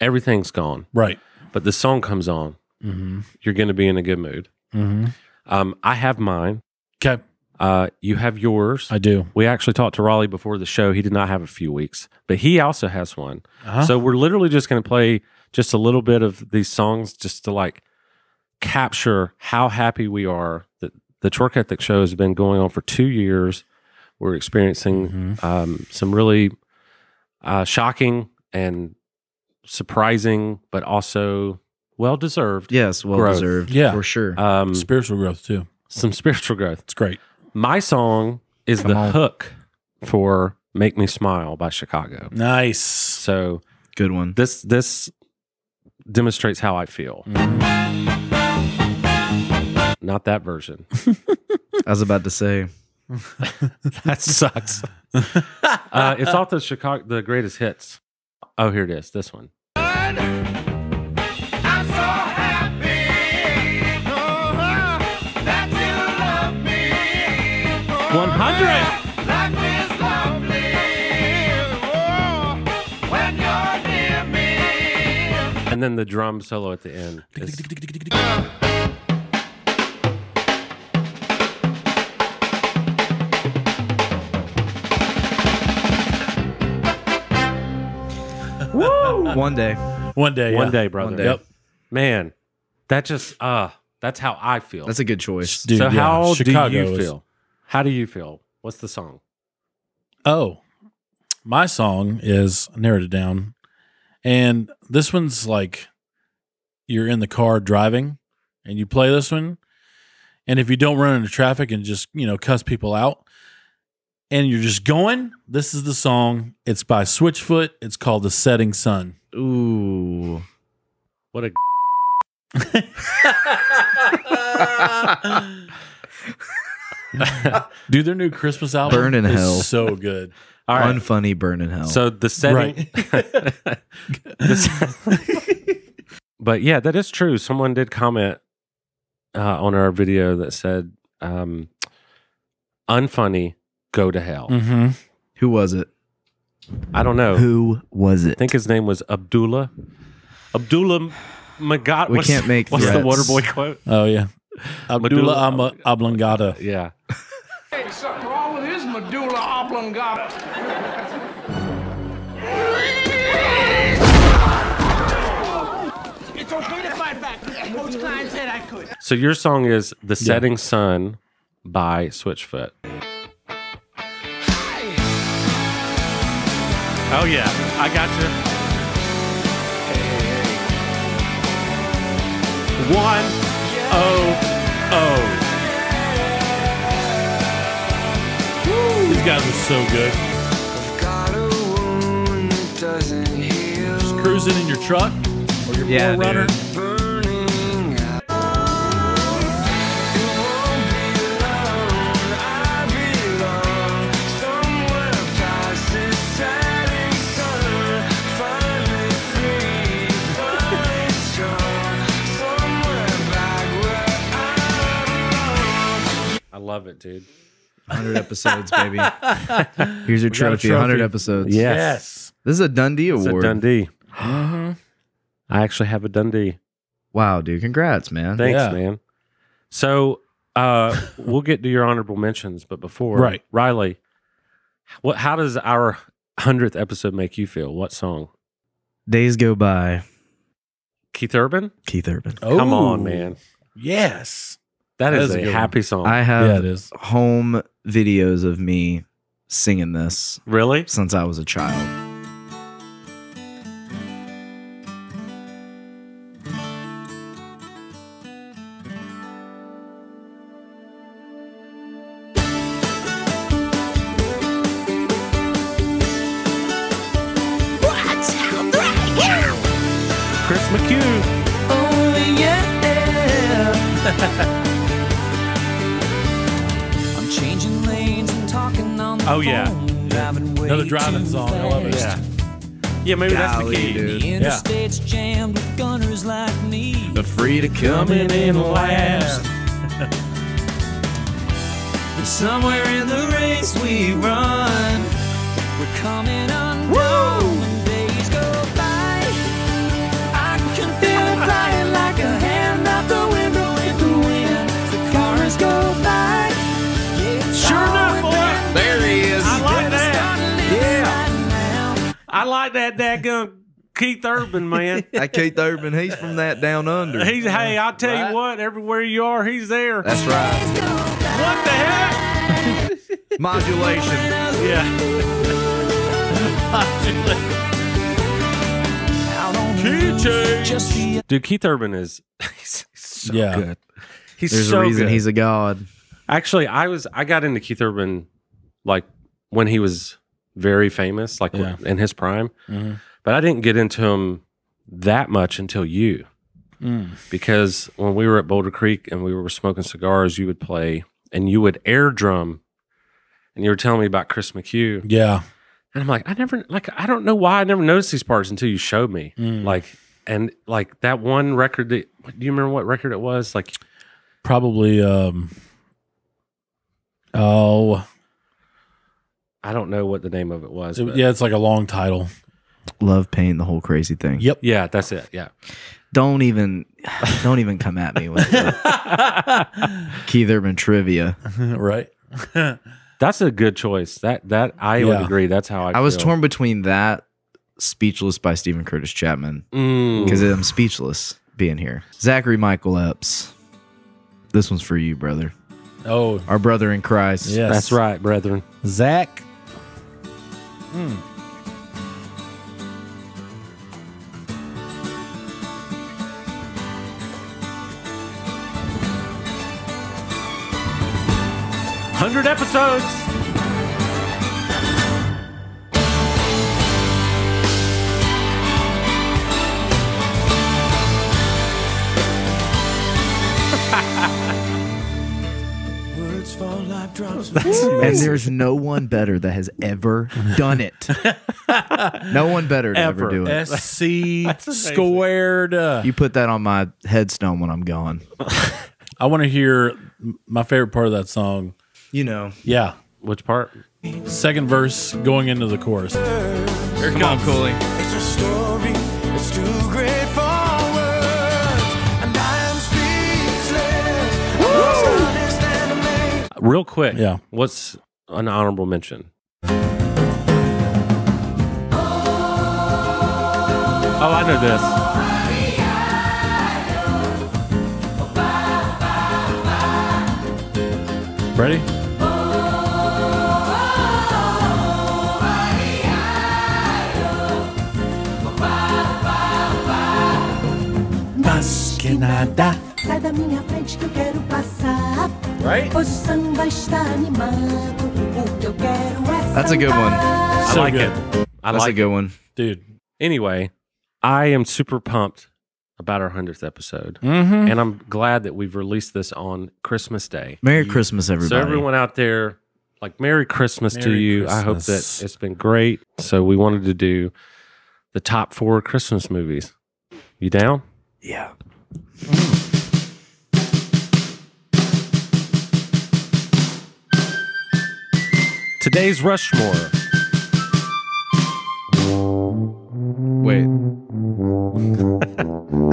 [SPEAKER 1] everything's gone
[SPEAKER 5] Right.
[SPEAKER 1] but the song comes on
[SPEAKER 5] Mm-hmm.
[SPEAKER 1] you're going to be in a good mood
[SPEAKER 5] Mm-hmm.
[SPEAKER 1] um, i have mine
[SPEAKER 5] Okay,
[SPEAKER 1] uh, you have yours
[SPEAKER 5] I do.
[SPEAKER 1] we actually talked to raleigh before the show he did not have a few weeks but he also has one
[SPEAKER 5] Uh-huh.
[SPEAKER 1] so we're literally just going to play just a little bit of these songs just to like capture how happy we are that the Torque Ethic show has been going on for two years we're experiencing
[SPEAKER 5] Mhm.
[SPEAKER 3] Mm-hmm.
[SPEAKER 1] um, some really uh, shocking and surprising, but also Well deserved.
[SPEAKER 3] Yes, well
[SPEAKER 1] Growth.
[SPEAKER 3] deserved.
[SPEAKER 5] Yeah.
[SPEAKER 3] for sure.
[SPEAKER 1] Um,
[SPEAKER 5] Spiritual growth too.
[SPEAKER 1] some spiritual growth.
[SPEAKER 5] It's great.
[SPEAKER 1] My song is
[SPEAKER 3] Come
[SPEAKER 1] the
[SPEAKER 3] on.
[SPEAKER 1] hook for "Make Me Smile" by Chicago.
[SPEAKER 5] Nice.
[SPEAKER 1] So
[SPEAKER 3] Good one.
[SPEAKER 1] this this demonstrates how I feel. Not that version.
[SPEAKER 3] I was about to say.
[SPEAKER 1] That sucks. uh, it's off the Chicago, the greatest hits. Oh, here it is. This one.
[SPEAKER 7] uh-huh, uh-huh.
[SPEAKER 1] One hundred.
[SPEAKER 7] uh-huh,
[SPEAKER 1] And then the drum solo at the end. is-
[SPEAKER 3] One day.
[SPEAKER 5] One day.
[SPEAKER 1] One
[SPEAKER 5] yeah.
[SPEAKER 1] day, brother.
[SPEAKER 3] One day.
[SPEAKER 5] Yep.
[SPEAKER 1] Man, that just uh that's how I feel.
[SPEAKER 3] That's a good choice.
[SPEAKER 5] Dude,
[SPEAKER 1] so
[SPEAKER 5] yeah.
[SPEAKER 1] how
[SPEAKER 5] Chicago
[SPEAKER 1] do you
[SPEAKER 5] is-
[SPEAKER 1] feel? How do you feel? What's the song?
[SPEAKER 5] Oh, my song is I narrowed it down, and this one's like you're in the car driving, and you play this one, and if you don't run into traffic and just you know cuss people out, and you're just going, this is the song. It's by Switchfoot. It's called "The Setting Sun."
[SPEAKER 3] Ooh.
[SPEAKER 1] What a
[SPEAKER 5] Dude, their new Christmas album
[SPEAKER 3] Burn in
[SPEAKER 5] is
[SPEAKER 3] hell.
[SPEAKER 5] so good.
[SPEAKER 1] All right.
[SPEAKER 3] Unfunny burn in hell.
[SPEAKER 1] So the setting
[SPEAKER 5] Mm-hmm.
[SPEAKER 1] The se- But yeah, that is true. Someone did comment uh, on our video that said um unfunny go to hell.
[SPEAKER 5] Mm-hmm.
[SPEAKER 3] Who was it?
[SPEAKER 1] I don't know.
[SPEAKER 3] Who was it?
[SPEAKER 1] I think his name was Abdullah. Abdullah Magat.
[SPEAKER 3] We
[SPEAKER 1] what's-
[SPEAKER 3] can't make
[SPEAKER 1] What's
[SPEAKER 3] threats.
[SPEAKER 1] the Waterboy quote?
[SPEAKER 5] Oh yeah,
[SPEAKER 1] Medulla-
[SPEAKER 5] Abdullah Ama- Oblongata.
[SPEAKER 1] Yeah. So your song is "The Setting Sun" by Switchfoot. Oh yeah, I got you. One oh oh.
[SPEAKER 5] These guys are so good. Just cruising in your truck or your
[SPEAKER 3] Yeah,
[SPEAKER 5] yeah, runner.
[SPEAKER 3] dude.
[SPEAKER 1] I love it, dude.
[SPEAKER 3] 100 episodes, baby. Here's your trophy, 100 episodes.
[SPEAKER 5] Yes.
[SPEAKER 3] This is a Dundee
[SPEAKER 1] It's a
[SPEAKER 3] award.
[SPEAKER 1] Dundee. I actually have a Dundee.
[SPEAKER 3] Wow, dude. Congrats, man.
[SPEAKER 1] Thanks,
[SPEAKER 5] Yeah.
[SPEAKER 1] man. So uh, we'll get to your honorable mentions, but before
[SPEAKER 5] Right.
[SPEAKER 1] Riley, what? How does our hundredth episode make you feel? What song?
[SPEAKER 3] Days go by.
[SPEAKER 1] Keith Urban.
[SPEAKER 3] Keith Urban.
[SPEAKER 1] Come on,
[SPEAKER 5] Oh,
[SPEAKER 1] man.
[SPEAKER 5] Yes.
[SPEAKER 1] that is,
[SPEAKER 5] is a
[SPEAKER 1] a,
[SPEAKER 5] good one.
[SPEAKER 1] happy song.
[SPEAKER 3] I
[SPEAKER 5] Yeah, it
[SPEAKER 3] have
[SPEAKER 5] is.
[SPEAKER 3] home videos of me singing this
[SPEAKER 1] really?
[SPEAKER 3] since I was a child.
[SPEAKER 1] Chris McHugh.
[SPEAKER 7] I'm changing lanes and talking on the
[SPEAKER 1] Oh, yeah.
[SPEAKER 7] phone, driving way
[SPEAKER 5] Another driving
[SPEAKER 7] too
[SPEAKER 5] song. I love it.
[SPEAKER 7] fast.
[SPEAKER 1] Yeah. Yeah, maybe that's the
[SPEAKER 3] Golly,
[SPEAKER 1] key.
[SPEAKER 3] dude.
[SPEAKER 7] The interstate's jammed with gunners like me.
[SPEAKER 3] free to come
[SPEAKER 1] Coming in last.
[SPEAKER 7] And somewhere in the race we run, we're coming undone when days go by. I can feel it flying like a hand out the window in the wind. The cars go by. Sure enough, boy. There he is. I
[SPEAKER 1] like that.
[SPEAKER 7] Yeah.
[SPEAKER 1] I like that daggum Keith Urban, man.
[SPEAKER 3] That Keith Urban, he's from that down under.
[SPEAKER 1] He's hey, I'll tell you what, everywhere you are, he's there.
[SPEAKER 3] That's right.
[SPEAKER 1] what the heck?
[SPEAKER 3] Modulation.
[SPEAKER 1] Yeah.
[SPEAKER 7] out on the Just the
[SPEAKER 1] Dude, Keith Urban is he's so
[SPEAKER 5] Yeah.
[SPEAKER 1] good. He's
[SPEAKER 3] There's
[SPEAKER 1] so
[SPEAKER 3] a reason
[SPEAKER 1] good.
[SPEAKER 3] he's a god.
[SPEAKER 1] Actually, I was I got into Keith Urban like when he was very famous, like
[SPEAKER 5] Yeah.
[SPEAKER 1] in his prime.
[SPEAKER 5] Mhm.
[SPEAKER 1] But I didn't get into him that much until you,
[SPEAKER 5] Mm.
[SPEAKER 1] because when we were at Boulder Creek and we were smoking cigars, you would play and you would air drum, and you were telling me about Chris McHugh, and
[SPEAKER 5] Yeah.
[SPEAKER 1] I'm like, I never like I don't know why I never noticed these parts until you showed me,
[SPEAKER 5] Mm.
[SPEAKER 1] like. And like that one record that do you remember what record it was? Like
[SPEAKER 5] Probably. um Oh,
[SPEAKER 1] I don't know what the name of it was.
[SPEAKER 5] it-
[SPEAKER 1] but-
[SPEAKER 5] yeah. It's like a long title.
[SPEAKER 3] Love paint the whole crazy thing.
[SPEAKER 5] Yep.
[SPEAKER 1] yeah, that's it. Yeah,
[SPEAKER 3] Don't even don't even come at me with the Keith Urban trivia.
[SPEAKER 5] right.
[SPEAKER 1] That's a good choice. That that I would
[SPEAKER 5] Yeah.
[SPEAKER 1] agree. That's how I.
[SPEAKER 3] I was
[SPEAKER 1] feel.
[SPEAKER 3] torn between that Speechless by Stephen Curtis Chapman
[SPEAKER 1] Mm.
[SPEAKER 3] because I'm speechless being here. Zachary Michael Epps. This one's for you, brother.
[SPEAKER 5] Oh,
[SPEAKER 3] Our brother in Christ.
[SPEAKER 5] yes.
[SPEAKER 1] That's right, brethren.
[SPEAKER 5] Zach.
[SPEAKER 1] Hundred episodes.
[SPEAKER 7] words fall like drops.
[SPEAKER 3] And there's no one better that has ever done it. no one better to
[SPEAKER 1] Ever.
[SPEAKER 3] ever, do it.
[SPEAKER 5] SC squared. Uh,
[SPEAKER 3] You put that on my headstone when I'm gone.
[SPEAKER 5] I want to hear m- my favorite part of that song.
[SPEAKER 3] You know.
[SPEAKER 5] Yeah.
[SPEAKER 1] Which part?
[SPEAKER 5] Second verse going into the chorus.
[SPEAKER 3] Here Come on, Cooley.
[SPEAKER 7] It's a story that's too great for words. And I am speechless. Lost, honest, and amazed.
[SPEAKER 1] Real quick.
[SPEAKER 5] Yeah.
[SPEAKER 1] What's an honorable mention? Oh, I know this.
[SPEAKER 5] Ready?
[SPEAKER 9] Sai da minha frente que eu quero passar. Hoje o samba está animado. O que eu quero é samba.
[SPEAKER 3] That's a good one.
[SPEAKER 1] I
[SPEAKER 5] So
[SPEAKER 1] like
[SPEAKER 5] good.
[SPEAKER 1] it. I
[SPEAKER 3] That's
[SPEAKER 1] like
[SPEAKER 3] a good one.
[SPEAKER 5] Dude.
[SPEAKER 1] it. Anyway, I am super pumped about our hundredth episode,
[SPEAKER 5] Mm-hmm.
[SPEAKER 1] and I'm glad that we've released this on Christmas Day.
[SPEAKER 3] Merry Christmas, everybody.
[SPEAKER 1] So everyone out there, like Merry Christmas to
[SPEAKER 5] Merry
[SPEAKER 1] you. I hope
[SPEAKER 5] Christmas.
[SPEAKER 1] that it's been great. So we wanted to do the top four Christmas movies. You down?
[SPEAKER 3] yeah.
[SPEAKER 1] Today's Rushmore.
[SPEAKER 3] Wait.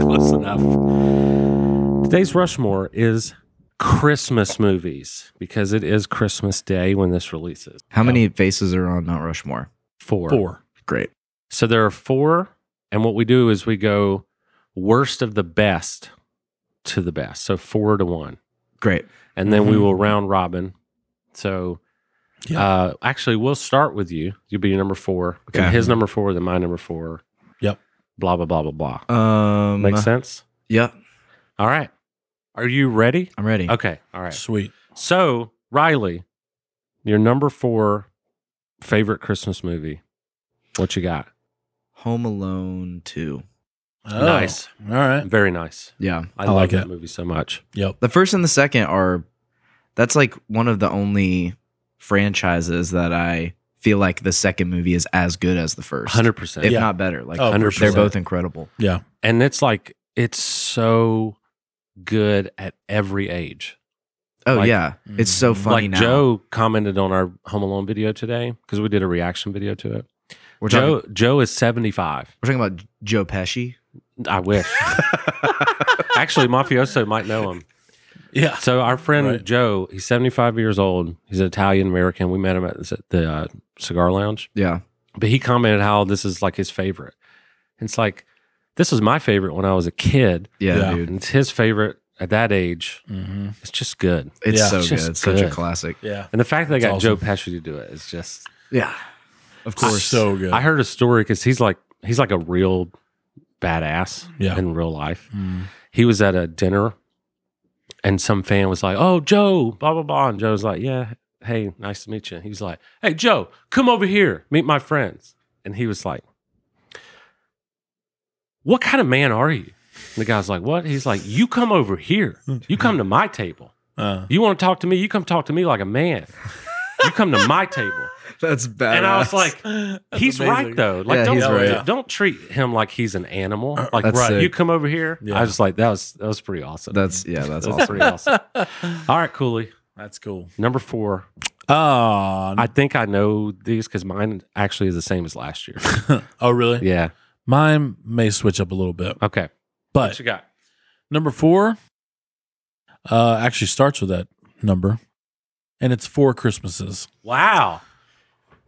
[SPEAKER 1] Close enough. Today's Rushmore is Christmas movies because it is Christmas Day when this releases.
[SPEAKER 3] How many faces are on Mount Rushmore?
[SPEAKER 1] Four.
[SPEAKER 5] Four.
[SPEAKER 3] Great.
[SPEAKER 1] So there are four, and what we do is we go worst of the best to the best. So four to one.
[SPEAKER 3] Great.
[SPEAKER 1] and then we will round robin. So,
[SPEAKER 5] Mm-hmm. Yeah.
[SPEAKER 1] uh, actually, we'll start with you. You'll be your number four.
[SPEAKER 3] Okay.
[SPEAKER 1] His number four, then my number four.
[SPEAKER 5] Yep. Mm-hmm.
[SPEAKER 1] Blah blah blah blah blah.
[SPEAKER 3] Um
[SPEAKER 1] Makes sense.
[SPEAKER 3] Yeah,
[SPEAKER 1] All right. Are you ready?
[SPEAKER 3] I'm ready.
[SPEAKER 1] Okay. All right.
[SPEAKER 5] Sweet.
[SPEAKER 1] So Riley, your number four favorite Christmas movie. What you got?
[SPEAKER 3] Home Alone 2.
[SPEAKER 5] Oh,
[SPEAKER 1] Nice.
[SPEAKER 5] All right.
[SPEAKER 1] Very nice.
[SPEAKER 3] Yeah.
[SPEAKER 1] I,
[SPEAKER 5] I
[SPEAKER 1] love
[SPEAKER 5] like
[SPEAKER 1] that
[SPEAKER 5] it.
[SPEAKER 1] movie so much.
[SPEAKER 5] Yep.
[SPEAKER 3] The first and the second are that's like one of the only franchises that I feel like the second movie is as good as the first.
[SPEAKER 1] Hundred percent.
[SPEAKER 3] if
[SPEAKER 5] Yeah.
[SPEAKER 3] not better. Like
[SPEAKER 5] Oh, for
[SPEAKER 3] they're
[SPEAKER 5] sure.
[SPEAKER 3] both incredible.
[SPEAKER 1] And it's like it's so good at every age.
[SPEAKER 3] Oh
[SPEAKER 1] Like- mm-hmm.
[SPEAKER 3] yeah. It's so funny
[SPEAKER 1] like
[SPEAKER 3] now.
[SPEAKER 1] Joe commented on our Home Alone video today because we did a reaction video to it.
[SPEAKER 3] we're talking,
[SPEAKER 1] Joe Joe is seventy five.
[SPEAKER 3] we're talking about Joe Pesci.
[SPEAKER 1] I wish. Actually, Mafioso might know him.
[SPEAKER 5] Yeah.
[SPEAKER 1] So our friend
[SPEAKER 5] Right.
[SPEAKER 1] Joe, he's seventy five years old. He's an Italian American. We met him at the- the uh, cigar lounge,
[SPEAKER 3] Yeah.
[SPEAKER 1] but he commented how this is like his favorite. It's like this was my favorite when I was a kid,
[SPEAKER 3] Yeah,
[SPEAKER 5] Yeah.
[SPEAKER 3] dude.
[SPEAKER 1] and it's his favorite at that age.
[SPEAKER 5] Mm-hmm.
[SPEAKER 1] It's just good,
[SPEAKER 3] It's
[SPEAKER 5] Yeah.
[SPEAKER 3] so
[SPEAKER 1] It's
[SPEAKER 3] good.
[SPEAKER 1] just
[SPEAKER 3] It's such a
[SPEAKER 1] good.
[SPEAKER 3] classic.
[SPEAKER 5] Yeah.
[SPEAKER 1] and the fact that they got
[SPEAKER 5] It's
[SPEAKER 1] Joe Pesci to do it is just
[SPEAKER 3] Yeah. Of
[SPEAKER 5] So good.
[SPEAKER 1] I heard a story because he's like he's like a real badass
[SPEAKER 5] Yeah.
[SPEAKER 1] in real life.
[SPEAKER 5] Mm.
[SPEAKER 1] He was at a dinner and some fan was like, Oh, Joe, blah, blah, blah. And Joe's like, Yeah, hey, nice to meet you. And he's like, Hey, Joe, come over here, meet my friends. And he was like, What kind of man are you? And the guy's like, What? He's like, You come over here. You come to my table.
[SPEAKER 5] Uh,
[SPEAKER 1] You want to talk to me? You come talk to me like a man. You come to my table.
[SPEAKER 3] That's bad.
[SPEAKER 1] And I was like, he's right though. Like
[SPEAKER 3] Yeah,
[SPEAKER 1] don't
[SPEAKER 3] he's
[SPEAKER 5] right.
[SPEAKER 1] don't treat him like he's an animal. Like
[SPEAKER 3] that's
[SPEAKER 1] right,
[SPEAKER 3] sick.
[SPEAKER 1] you come over here.
[SPEAKER 5] Yeah.
[SPEAKER 1] I was like that was that was pretty awesome.
[SPEAKER 3] that's yeah, that's
[SPEAKER 1] that was
[SPEAKER 3] awesome.
[SPEAKER 1] pretty awesome. All right, Cooley.
[SPEAKER 5] that's cool.
[SPEAKER 1] Number four.
[SPEAKER 5] Uh,
[SPEAKER 1] I think I know these because mine actually is the same as last year.
[SPEAKER 5] oh, really?
[SPEAKER 1] yeah.
[SPEAKER 5] Mine may switch up a little bit,
[SPEAKER 1] Okay.
[SPEAKER 5] but
[SPEAKER 1] you got?
[SPEAKER 5] Number four uh, actually starts with that number, and it's Four Christmases
[SPEAKER 1] Wow.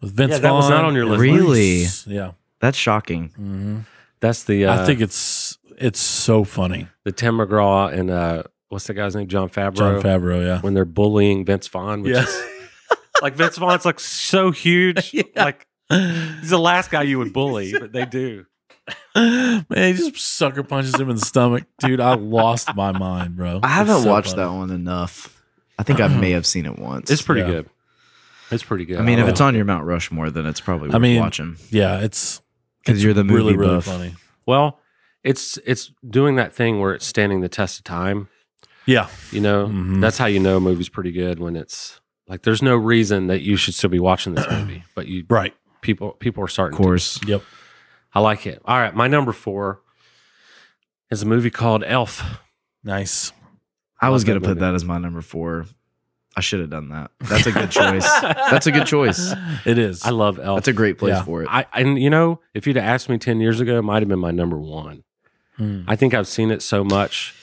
[SPEAKER 5] with Vince
[SPEAKER 1] Yeah, that was
[SPEAKER 5] Vaughn
[SPEAKER 1] not on your
[SPEAKER 5] and
[SPEAKER 1] list.
[SPEAKER 3] Really?
[SPEAKER 5] Reese. Yeah.
[SPEAKER 3] That's shocking.
[SPEAKER 5] hmm
[SPEAKER 1] That's the uh,
[SPEAKER 5] I think it's it's so funny.
[SPEAKER 1] the Tim McGraw and uh, what's the guy's name? John Favreau.
[SPEAKER 5] John Favreau, yeah.
[SPEAKER 1] When they're bullying Vince Vaughn, which
[SPEAKER 5] Yeah.
[SPEAKER 1] is like Vince Vaughn's like so huge. Like he's the last guy you would bully, but they do.
[SPEAKER 5] Man, he just sucker punches him in the stomach. Dude, I lost my mind, bro.
[SPEAKER 3] I haven't
[SPEAKER 5] It's so
[SPEAKER 3] watched
[SPEAKER 5] funny.
[SPEAKER 3] that one enough. I think I may have seen it once.
[SPEAKER 1] It's pretty
[SPEAKER 5] Yeah.
[SPEAKER 1] good. It's pretty good.
[SPEAKER 3] I mean, if
[SPEAKER 5] yeah.
[SPEAKER 3] it's on your Mount Rushmore, then it's probably worth
[SPEAKER 5] I mean,
[SPEAKER 3] watching
[SPEAKER 5] Yeah, it's
[SPEAKER 3] because you're the movie
[SPEAKER 5] really, really
[SPEAKER 3] buff.
[SPEAKER 5] funny.
[SPEAKER 1] well, it's it's doing that thing where it's standing the test of time.
[SPEAKER 5] Yeah.
[SPEAKER 1] You know,
[SPEAKER 3] Mm-hmm.
[SPEAKER 5] Mhm.
[SPEAKER 1] that's how you know a movie's pretty good when it's like there's no reason that you should still be watching this movie, but you
[SPEAKER 5] Right.
[SPEAKER 1] people people are starting.
[SPEAKER 3] Of
[SPEAKER 1] to.
[SPEAKER 3] course,
[SPEAKER 5] Yep.
[SPEAKER 1] I like it. All right, my number four is a movie called Elf.
[SPEAKER 5] Nice.
[SPEAKER 3] I was
[SPEAKER 1] Love that
[SPEAKER 3] gonna put
[SPEAKER 1] movie.
[SPEAKER 3] that as my number four. I should have done that. That's a good choice. That's a good choice.
[SPEAKER 5] It is.
[SPEAKER 1] I love Elf.
[SPEAKER 3] That's a great place
[SPEAKER 5] Yeah.
[SPEAKER 3] for it.
[SPEAKER 1] I and you know, if you'd have asked me ten years ago, it might have been my number one.
[SPEAKER 5] Mm.
[SPEAKER 1] I think I've seen it so much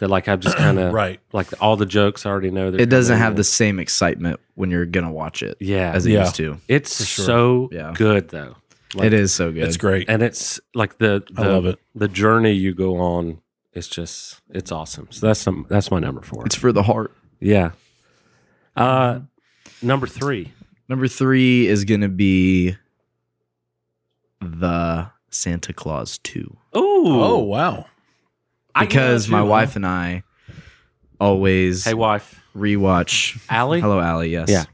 [SPEAKER 1] that like I've just kind of
[SPEAKER 5] right.
[SPEAKER 1] like all the jokes I already know. they're
[SPEAKER 3] it doesn't
[SPEAKER 1] gonna be
[SPEAKER 3] have
[SPEAKER 1] in
[SPEAKER 3] the same excitement when you're gonna watch it
[SPEAKER 1] it. Yeah,
[SPEAKER 3] as it
[SPEAKER 5] Yeah.
[SPEAKER 3] used to.
[SPEAKER 1] it's
[SPEAKER 5] For sure.
[SPEAKER 1] so
[SPEAKER 3] Yeah.
[SPEAKER 1] good though. Like,
[SPEAKER 3] it is so good.
[SPEAKER 5] It's great.
[SPEAKER 1] and it's like the, the
[SPEAKER 5] I love it.
[SPEAKER 1] the journey you go on. It's just it's awesome. So that's some that's my number four.
[SPEAKER 3] It's for the heart.
[SPEAKER 1] yeah. Uh,
[SPEAKER 5] Mm-hmm.
[SPEAKER 1] number three.
[SPEAKER 3] Number three is gonna be the Santa Claus Two.
[SPEAKER 5] Oh, wow.
[SPEAKER 1] I get
[SPEAKER 3] because
[SPEAKER 1] that
[SPEAKER 3] my
[SPEAKER 1] too,
[SPEAKER 5] uh,
[SPEAKER 3] wife and I always
[SPEAKER 1] Hey, wife,
[SPEAKER 3] rewatch.
[SPEAKER 1] Allie.
[SPEAKER 3] Hello, Allie. Yes.
[SPEAKER 1] Yeah.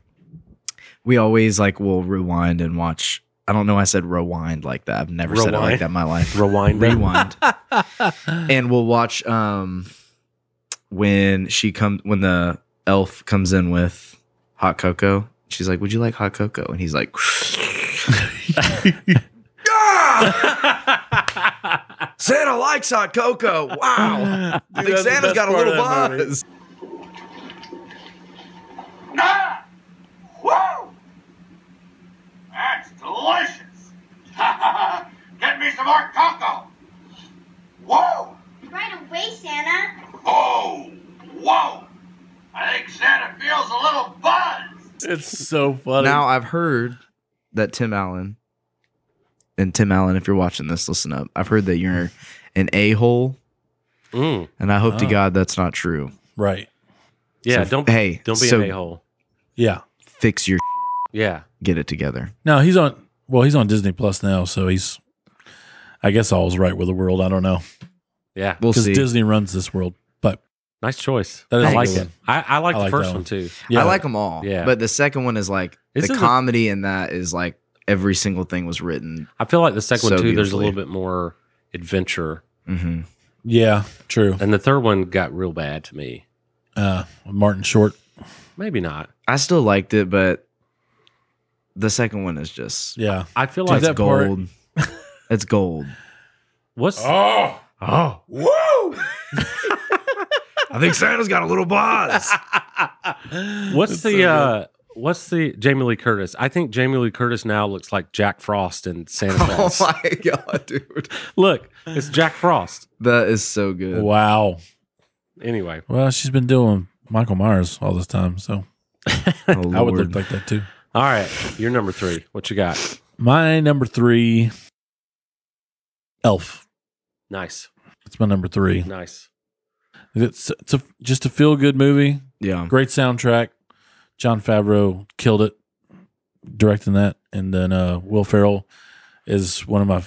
[SPEAKER 3] We always like will rewind and watch. I don't know. why I said rewind like that. I've never said it
[SPEAKER 1] Rewind.
[SPEAKER 3] like that in my life.
[SPEAKER 1] Rewind. it.
[SPEAKER 3] rewind. and we'll watch um when she comes when the elf comes in with hot cocoa. She's like, "Would you like hot cocoa?" And he's like, "Santa likes hot cocoa. Wow, I think Santa's got a little buzz."
[SPEAKER 6] Whoa! That's delicious! Get me some more cocoa! Whoa!
[SPEAKER 10] Right away, Santa.
[SPEAKER 6] Oh! Whoa! I think Santa feels a little buzz!
[SPEAKER 5] It's so funny.
[SPEAKER 3] Now I've heard that Tim Allen and Tim Allen, if you're watching this, listen up. I've heard that you're an a hole,
[SPEAKER 1] Mm.
[SPEAKER 3] and I hope to
[SPEAKER 5] Oh.
[SPEAKER 3] God that's not true.
[SPEAKER 5] right.
[SPEAKER 1] Yeah.
[SPEAKER 3] So,
[SPEAKER 1] don't
[SPEAKER 3] hey,
[SPEAKER 1] don't be
[SPEAKER 3] so-
[SPEAKER 1] an a hole.
[SPEAKER 5] Yeah.
[SPEAKER 3] Fix your
[SPEAKER 1] Yeah.
[SPEAKER 3] get it together.
[SPEAKER 5] No, he's on. Well, he's on Disney Plus now, so he's. I guess all's right with the world. I don't know
[SPEAKER 1] Yeah.
[SPEAKER 3] We'll
[SPEAKER 5] because
[SPEAKER 3] see.
[SPEAKER 5] Disney runs this world. But
[SPEAKER 1] Nice choice.
[SPEAKER 5] That is
[SPEAKER 1] I
[SPEAKER 5] a
[SPEAKER 1] like
[SPEAKER 5] good
[SPEAKER 1] it.
[SPEAKER 5] one.
[SPEAKER 1] I, I like
[SPEAKER 5] I
[SPEAKER 1] the
[SPEAKER 5] like
[SPEAKER 1] first
[SPEAKER 5] that
[SPEAKER 1] one.
[SPEAKER 5] one.
[SPEAKER 1] too.
[SPEAKER 5] yeah,
[SPEAKER 3] I like them all.
[SPEAKER 1] Yeah.
[SPEAKER 3] But the second one is like
[SPEAKER 1] This
[SPEAKER 3] the
[SPEAKER 1] is a-
[SPEAKER 3] comedy in that is like every single thing was written.
[SPEAKER 1] I feel like the second one
[SPEAKER 3] So
[SPEAKER 1] too. There's a
[SPEAKER 3] beautifully.
[SPEAKER 1] little bit more adventure,
[SPEAKER 3] Mm-hmm.
[SPEAKER 5] yeah, true.
[SPEAKER 1] and the third one got real bad to me.
[SPEAKER 5] Uh, Martin Short.
[SPEAKER 1] Maybe not.
[SPEAKER 3] I still liked it, but the second one is just
[SPEAKER 5] Yeah,
[SPEAKER 1] I feel
[SPEAKER 5] Like
[SPEAKER 1] like
[SPEAKER 3] it's
[SPEAKER 5] that part-
[SPEAKER 3] gold. it's gold.
[SPEAKER 1] what's
[SPEAKER 2] Oh!
[SPEAKER 1] oh
[SPEAKER 2] Whoa!
[SPEAKER 3] I think Santa's got a little buzz.
[SPEAKER 1] what's the uh what's the Jamie Lee Curtis? I think Jamie Lee Curtis now looks like Jack Frost in Santa
[SPEAKER 3] oh
[SPEAKER 1] Claus.
[SPEAKER 3] my god, dude.
[SPEAKER 1] Look, it's Jack Frost.
[SPEAKER 3] That is so good.
[SPEAKER 5] wow.
[SPEAKER 1] Anyway,
[SPEAKER 5] Well, she's been doing Michael Myers all this time, so
[SPEAKER 3] Oh,
[SPEAKER 5] I would look like that too.
[SPEAKER 1] all right, you're number three. What you got?
[SPEAKER 5] My number three, Elf.
[SPEAKER 1] Nice,
[SPEAKER 5] It's my number three.
[SPEAKER 1] nice.
[SPEAKER 5] It's, it's a, just a feel good movie.
[SPEAKER 3] yeah.
[SPEAKER 5] Great soundtrack. John Favreau killed it directing that, and then uh, Will Ferrell is one of my.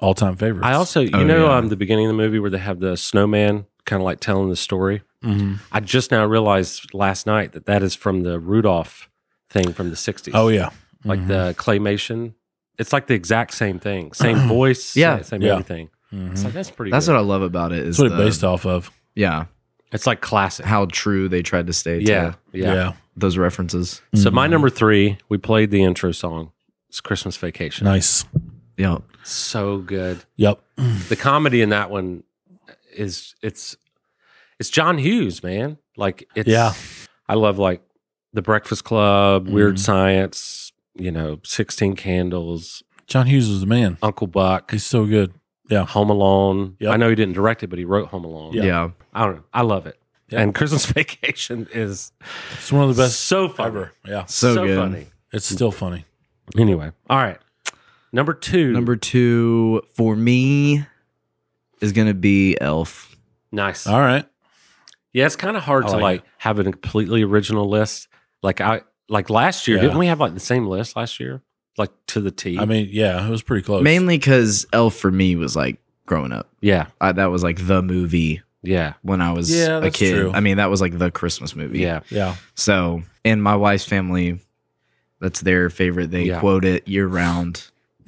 [SPEAKER 5] all time favorites.
[SPEAKER 1] I also, you
[SPEAKER 3] Oh,
[SPEAKER 1] know,
[SPEAKER 3] yeah.
[SPEAKER 1] um, the beginning of the movie where they have the snowman kind of like telling the story.
[SPEAKER 5] Mhm.
[SPEAKER 1] I just now realized last night that that is from the Rudolph thing from the 60s.
[SPEAKER 5] Oh yeah,
[SPEAKER 1] Like
[SPEAKER 5] Mhm.
[SPEAKER 1] the claymation. It's like the exact same thing, same voice,
[SPEAKER 3] Yeah.
[SPEAKER 1] same, same
[SPEAKER 5] Yeah.
[SPEAKER 1] everything.
[SPEAKER 5] Mhm.
[SPEAKER 1] It's like, that's pretty
[SPEAKER 3] That's
[SPEAKER 1] good.
[SPEAKER 3] what I love about it. Is
[SPEAKER 5] that's what
[SPEAKER 3] the-
[SPEAKER 5] it based off of.
[SPEAKER 3] Yeah,
[SPEAKER 1] it's like classic.
[SPEAKER 3] how true they tried to stay.
[SPEAKER 1] yeah,
[SPEAKER 3] to
[SPEAKER 1] yeah.
[SPEAKER 3] those references.
[SPEAKER 1] So my
[SPEAKER 5] Mhm.
[SPEAKER 1] number three, we played the intro song. It's Christmas Vacation.
[SPEAKER 5] nice.
[SPEAKER 3] Yeah,
[SPEAKER 1] So good.
[SPEAKER 5] Yep.
[SPEAKER 1] The comedy in that one is it's it's John Hughes, man. Like it's
[SPEAKER 5] Yeah.
[SPEAKER 1] I love like The Breakfast Club, Weird
[SPEAKER 5] Mhm.
[SPEAKER 1] Science, you know, Sixteen Candles,
[SPEAKER 5] John Hughes was the man.
[SPEAKER 1] Uncle Buck,
[SPEAKER 5] He's so good. Yeah.
[SPEAKER 1] Home Alone.
[SPEAKER 5] Yep.
[SPEAKER 1] I know he didn't direct it, but he wrote Home Alone.
[SPEAKER 5] Yeah.
[SPEAKER 3] yeah.
[SPEAKER 1] I don't know. I love it.
[SPEAKER 5] Yeah.
[SPEAKER 1] And Christmas Vacation is
[SPEAKER 5] It's one of the best
[SPEAKER 1] so funny.
[SPEAKER 5] ever. Yeah.
[SPEAKER 3] So, good.
[SPEAKER 1] funny.
[SPEAKER 5] It's still funny.
[SPEAKER 1] Anyway, all right. Number two.
[SPEAKER 3] Number two for me is gonna be Elf.
[SPEAKER 1] nice.
[SPEAKER 5] All right.
[SPEAKER 1] Yeah, it's kind of hard
[SPEAKER 5] I
[SPEAKER 1] to
[SPEAKER 5] like
[SPEAKER 1] like have a completely original list. Like I like last year,
[SPEAKER 5] Yeah.
[SPEAKER 1] didn't we have like the same list last year? Like to the T.
[SPEAKER 5] I mean, yeah, it was pretty close.
[SPEAKER 3] Mainly because Elf for me was like growing up.
[SPEAKER 1] yeah,
[SPEAKER 3] I, that was like the movie
[SPEAKER 1] yeah,
[SPEAKER 3] when I was
[SPEAKER 5] Yeah,
[SPEAKER 3] a
[SPEAKER 5] that's
[SPEAKER 3] kid.
[SPEAKER 5] true.
[SPEAKER 3] I mean, that was like the Christmas movie.
[SPEAKER 1] yeah.
[SPEAKER 5] Yeah.
[SPEAKER 3] So, and my wife's family, that's their favorite. They
[SPEAKER 1] Yeah.
[SPEAKER 3] quote it year round.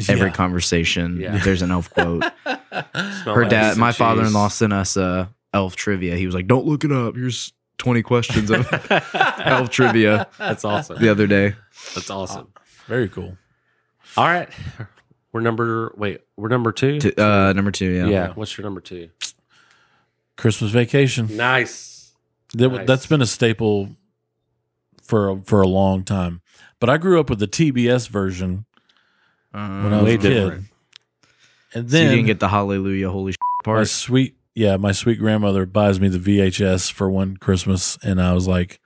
[SPEAKER 3] Every
[SPEAKER 5] Yeah.
[SPEAKER 3] conversation,
[SPEAKER 1] Yeah.
[SPEAKER 3] there's an elf quote.
[SPEAKER 1] Smell
[SPEAKER 3] Her
[SPEAKER 1] like piece
[SPEAKER 3] dad,
[SPEAKER 1] of
[SPEAKER 3] my
[SPEAKER 1] cheese.
[SPEAKER 3] father in law, sent us uh, elf trivia. He was like, "Don't look it up. Here's 20 questions of elf trivia."
[SPEAKER 1] That's awesome.
[SPEAKER 3] The other day,
[SPEAKER 1] That's awesome.
[SPEAKER 5] Very cool.
[SPEAKER 1] All right, we're number wait, we're number two.
[SPEAKER 3] T- uh, number two,
[SPEAKER 1] yeah.
[SPEAKER 3] yeah,
[SPEAKER 1] what's your number two?
[SPEAKER 5] Christmas vacation.
[SPEAKER 1] Nice.
[SPEAKER 5] That,
[SPEAKER 1] Nice.
[SPEAKER 5] That's been a staple for a, for a long time. But I grew up with the TBS version
[SPEAKER 3] Uh,
[SPEAKER 5] when I was
[SPEAKER 1] way
[SPEAKER 5] a kid.
[SPEAKER 1] different.
[SPEAKER 5] And
[SPEAKER 3] so you
[SPEAKER 5] then
[SPEAKER 3] didn't get the hallelujah, holy sh-
[SPEAKER 5] my
[SPEAKER 3] part.
[SPEAKER 5] sweet yeah, my sweet grandmother buys me the VHS for one Christmas, and I was like,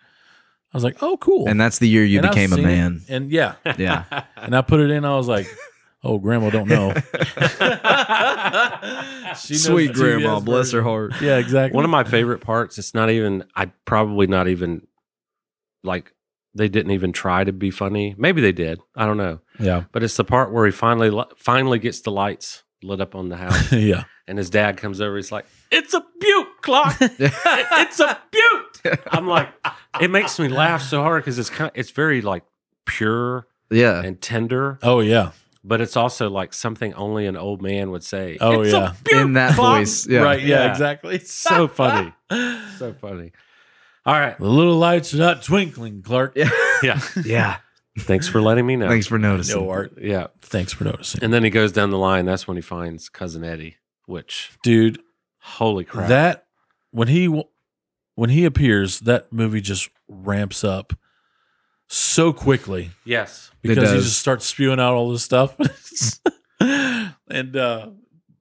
[SPEAKER 5] I was like, oh cool.
[SPEAKER 3] And that's the year you
[SPEAKER 5] And I've
[SPEAKER 3] became a
[SPEAKER 5] seen it,
[SPEAKER 3] man.
[SPEAKER 5] and yeah,
[SPEAKER 3] Yeah.
[SPEAKER 5] and I put it in. I was like, oh grandma, don't know. She knows the TBS version.
[SPEAKER 3] heart.
[SPEAKER 5] Yeah, exactly.
[SPEAKER 1] One of my favorite parts, it's not even, I probably not even, like, they didn't even try to be funny. Maybe they did. I don't know.
[SPEAKER 5] yeah,
[SPEAKER 1] But it's the part where he finally li- finally gets the lights lit up on the house,
[SPEAKER 5] yeah.
[SPEAKER 1] and his dad comes over. He's like, "It's a butte clock. it's a butte." I'm like, it makes me laugh so hard because it's kind, it's very like pure
[SPEAKER 3] Yeah.
[SPEAKER 1] and tender,
[SPEAKER 5] Oh yeah.
[SPEAKER 1] but it's also like something only an old man would say.
[SPEAKER 5] Oh
[SPEAKER 1] "It's a
[SPEAKER 5] yeah.
[SPEAKER 1] butte
[SPEAKER 3] In that
[SPEAKER 1] clock."
[SPEAKER 3] voice. Yeah.
[SPEAKER 5] Right. Yeah,
[SPEAKER 1] Yeah.
[SPEAKER 5] Exactly.
[SPEAKER 1] It's so funny, so funny. All right,
[SPEAKER 5] The little lights are not twinkling, Clark.
[SPEAKER 3] Yeah.
[SPEAKER 1] yeah.
[SPEAKER 3] Yeah.
[SPEAKER 1] Thanks for letting me know.
[SPEAKER 3] Thanks for noticing.
[SPEAKER 5] No art.
[SPEAKER 1] Yeah,
[SPEAKER 5] Thanks for noticing,
[SPEAKER 1] and then he goes down the line. That's when he finds cousin Eddie, which
[SPEAKER 5] dude.
[SPEAKER 1] holy crap.
[SPEAKER 5] That when he w- when he appears, that movie just ramps up so quickly
[SPEAKER 1] yes.
[SPEAKER 5] because he
[SPEAKER 3] does.
[SPEAKER 5] just starts spewing out all this stuff. and uh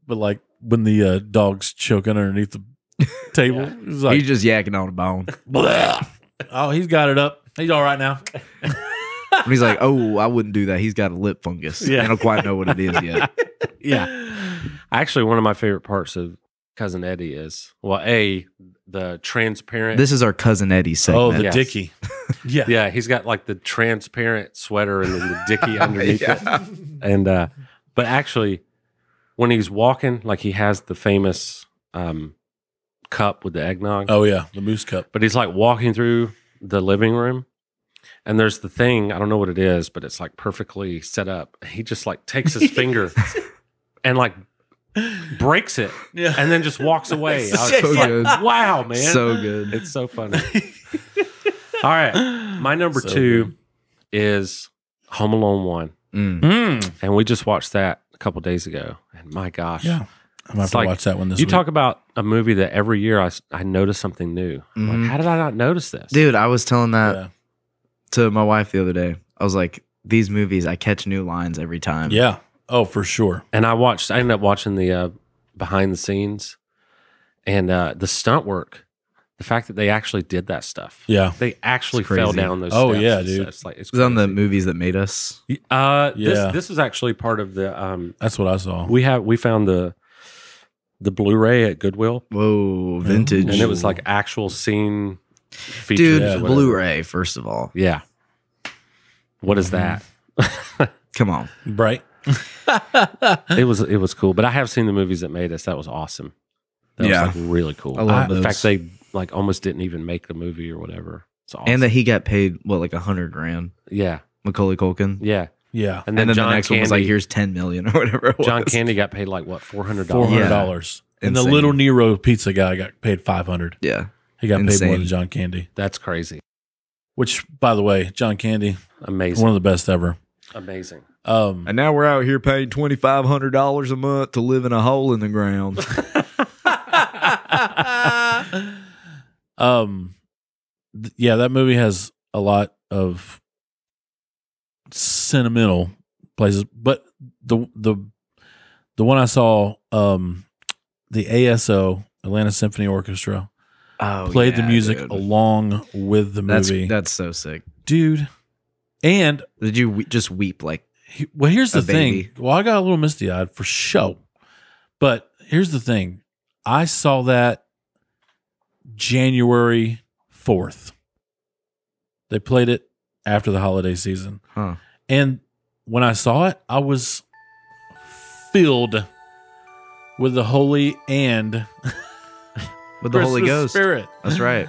[SPEAKER 5] but like when the uh, dog's choking underneath the table,
[SPEAKER 1] Yeah.
[SPEAKER 5] it's like
[SPEAKER 3] He's just yakking on a bone.
[SPEAKER 5] "Bleh." oh, he's got it up. He's all right now.
[SPEAKER 3] And he's like, oh, I wouldn't do that. He's got a lip fungus.
[SPEAKER 1] Yeah.
[SPEAKER 3] I don't quite know what it is yet.
[SPEAKER 1] yeah. Actually, one of my favorite parts of Cousin Eddie is well, a the transparent.
[SPEAKER 3] This is our cousin Eddie
[SPEAKER 5] Oh,
[SPEAKER 3] segment.
[SPEAKER 5] the
[SPEAKER 1] Yes.
[SPEAKER 5] dicky. Yeah.
[SPEAKER 1] yeah, he's got like the transparent sweater and then the dicky underneath it. And uh, but actually, when he's walking, like he has the famous um, cup with the eggnog.
[SPEAKER 5] Oh yeah, the moose cup.
[SPEAKER 1] But he's like walking through the living room. And there's the thing, I don't know what it is, but it's like perfectly set up. He just like takes his finger and like breaks it
[SPEAKER 5] Yeah.
[SPEAKER 1] and then just walks away. I was
[SPEAKER 3] So
[SPEAKER 1] just like,
[SPEAKER 3] good.
[SPEAKER 1] wow, man.
[SPEAKER 3] So good.
[SPEAKER 1] it's so funny. All right. My number
[SPEAKER 5] So
[SPEAKER 1] two is Home Alone 1.
[SPEAKER 3] Mm.
[SPEAKER 5] Mm.
[SPEAKER 1] And we just watched that a couple days ago. And my gosh.
[SPEAKER 5] Yeah. I'm
[SPEAKER 1] It's
[SPEAKER 5] gonna have to
[SPEAKER 1] like-
[SPEAKER 5] watch that one this
[SPEAKER 1] You
[SPEAKER 5] week.
[SPEAKER 1] talk about a movie that every year I, s- I notice something new. I'm
[SPEAKER 3] Mhm.
[SPEAKER 1] Like, how did I not notice this?
[SPEAKER 3] Dude, I was telling that
[SPEAKER 5] yeah.
[SPEAKER 3] to my wife the other day. I was like, these movies, I catch new lines every time.
[SPEAKER 5] yeah. Oh, for sure.
[SPEAKER 1] and I watched. I ended up watching the uh, behind the scenes and uh, the stunt work. The fact that they actually did that stuff.
[SPEAKER 5] Yeah.
[SPEAKER 1] They actually
[SPEAKER 3] It's
[SPEAKER 1] fell
[SPEAKER 3] crazy.
[SPEAKER 1] down those.
[SPEAKER 5] Oh,
[SPEAKER 1] steps
[SPEAKER 5] yeah,
[SPEAKER 1] and
[SPEAKER 5] dude.
[SPEAKER 1] stuff. It's like it's
[SPEAKER 3] It was on the
[SPEAKER 1] crazy.
[SPEAKER 3] movies that made us.
[SPEAKER 1] Uh,
[SPEAKER 5] Yeah.
[SPEAKER 1] This this is actually part of the. Um,
[SPEAKER 5] That's what I saw.
[SPEAKER 1] we have we found the the Blu-ray at Goodwill,
[SPEAKER 3] Whoa, vintage.
[SPEAKER 1] and it was like actual scene. Features
[SPEAKER 3] Dude,
[SPEAKER 1] or
[SPEAKER 5] Yeah.
[SPEAKER 1] whatever.
[SPEAKER 3] Blu-ray, first of all.
[SPEAKER 1] Yeah. What is that?
[SPEAKER 3] Come on.
[SPEAKER 5] Bright.
[SPEAKER 1] it was it was cool. But I have seen the movies that made us. That was awesome. That
[SPEAKER 3] Yeah.
[SPEAKER 1] was like really cool.
[SPEAKER 3] I love
[SPEAKER 1] The
[SPEAKER 3] those.
[SPEAKER 1] fact they like almost didn't even make the movie or whatever. It's awesome.
[SPEAKER 3] And that he got paid what like a hundred grand.
[SPEAKER 1] yeah,
[SPEAKER 3] Macaulay Culkin.
[SPEAKER 1] yeah.
[SPEAKER 5] Yeah.
[SPEAKER 1] And
[SPEAKER 3] And
[SPEAKER 1] then,
[SPEAKER 3] then,
[SPEAKER 1] John
[SPEAKER 3] the next
[SPEAKER 1] Candy,
[SPEAKER 3] one was like, here's ten million or whatever. It was.
[SPEAKER 1] John Candy got paid like what four hundred
[SPEAKER 5] Four
[SPEAKER 1] dollars.
[SPEAKER 5] hundred
[SPEAKER 3] Yeah.
[SPEAKER 5] dollars. And the
[SPEAKER 3] Insane.
[SPEAKER 5] little Nero pizza guy got paid five hundred.
[SPEAKER 3] Yeah.
[SPEAKER 5] He got paid more
[SPEAKER 3] Insane.
[SPEAKER 5] than John Candy.
[SPEAKER 1] That's crazy.
[SPEAKER 5] Which, by the way, John Candy,
[SPEAKER 1] Amazing.
[SPEAKER 5] one of the best ever.
[SPEAKER 1] Amazing.
[SPEAKER 5] Um,
[SPEAKER 3] And now we're out here paying twenty five hundred dollars a month to live in a hole in the ground.
[SPEAKER 5] um, th- yeah, that movie has a lot of sentimental places, but the the the one I saw, um, the ASO Atlanta Symphony Orchestra
[SPEAKER 3] oh,
[SPEAKER 5] played the
[SPEAKER 3] yeah,
[SPEAKER 5] music
[SPEAKER 3] dude.
[SPEAKER 5] along with the
[SPEAKER 3] That's
[SPEAKER 5] movie,
[SPEAKER 3] that's so sick.
[SPEAKER 5] dude. And
[SPEAKER 3] Did you we- just weep like
[SPEAKER 5] He- Well, here's the
[SPEAKER 3] a
[SPEAKER 5] thing.
[SPEAKER 3] baby.
[SPEAKER 5] Well, I got a little misty eyed for show, but here's the thing. I saw that January fourth. They played it after the holiday season,
[SPEAKER 3] Huh.
[SPEAKER 5] and when I saw it, I was filled with the holy and
[SPEAKER 3] with the Holy
[SPEAKER 5] Christmas
[SPEAKER 3] Ghost?
[SPEAKER 5] spirit.
[SPEAKER 3] That's right.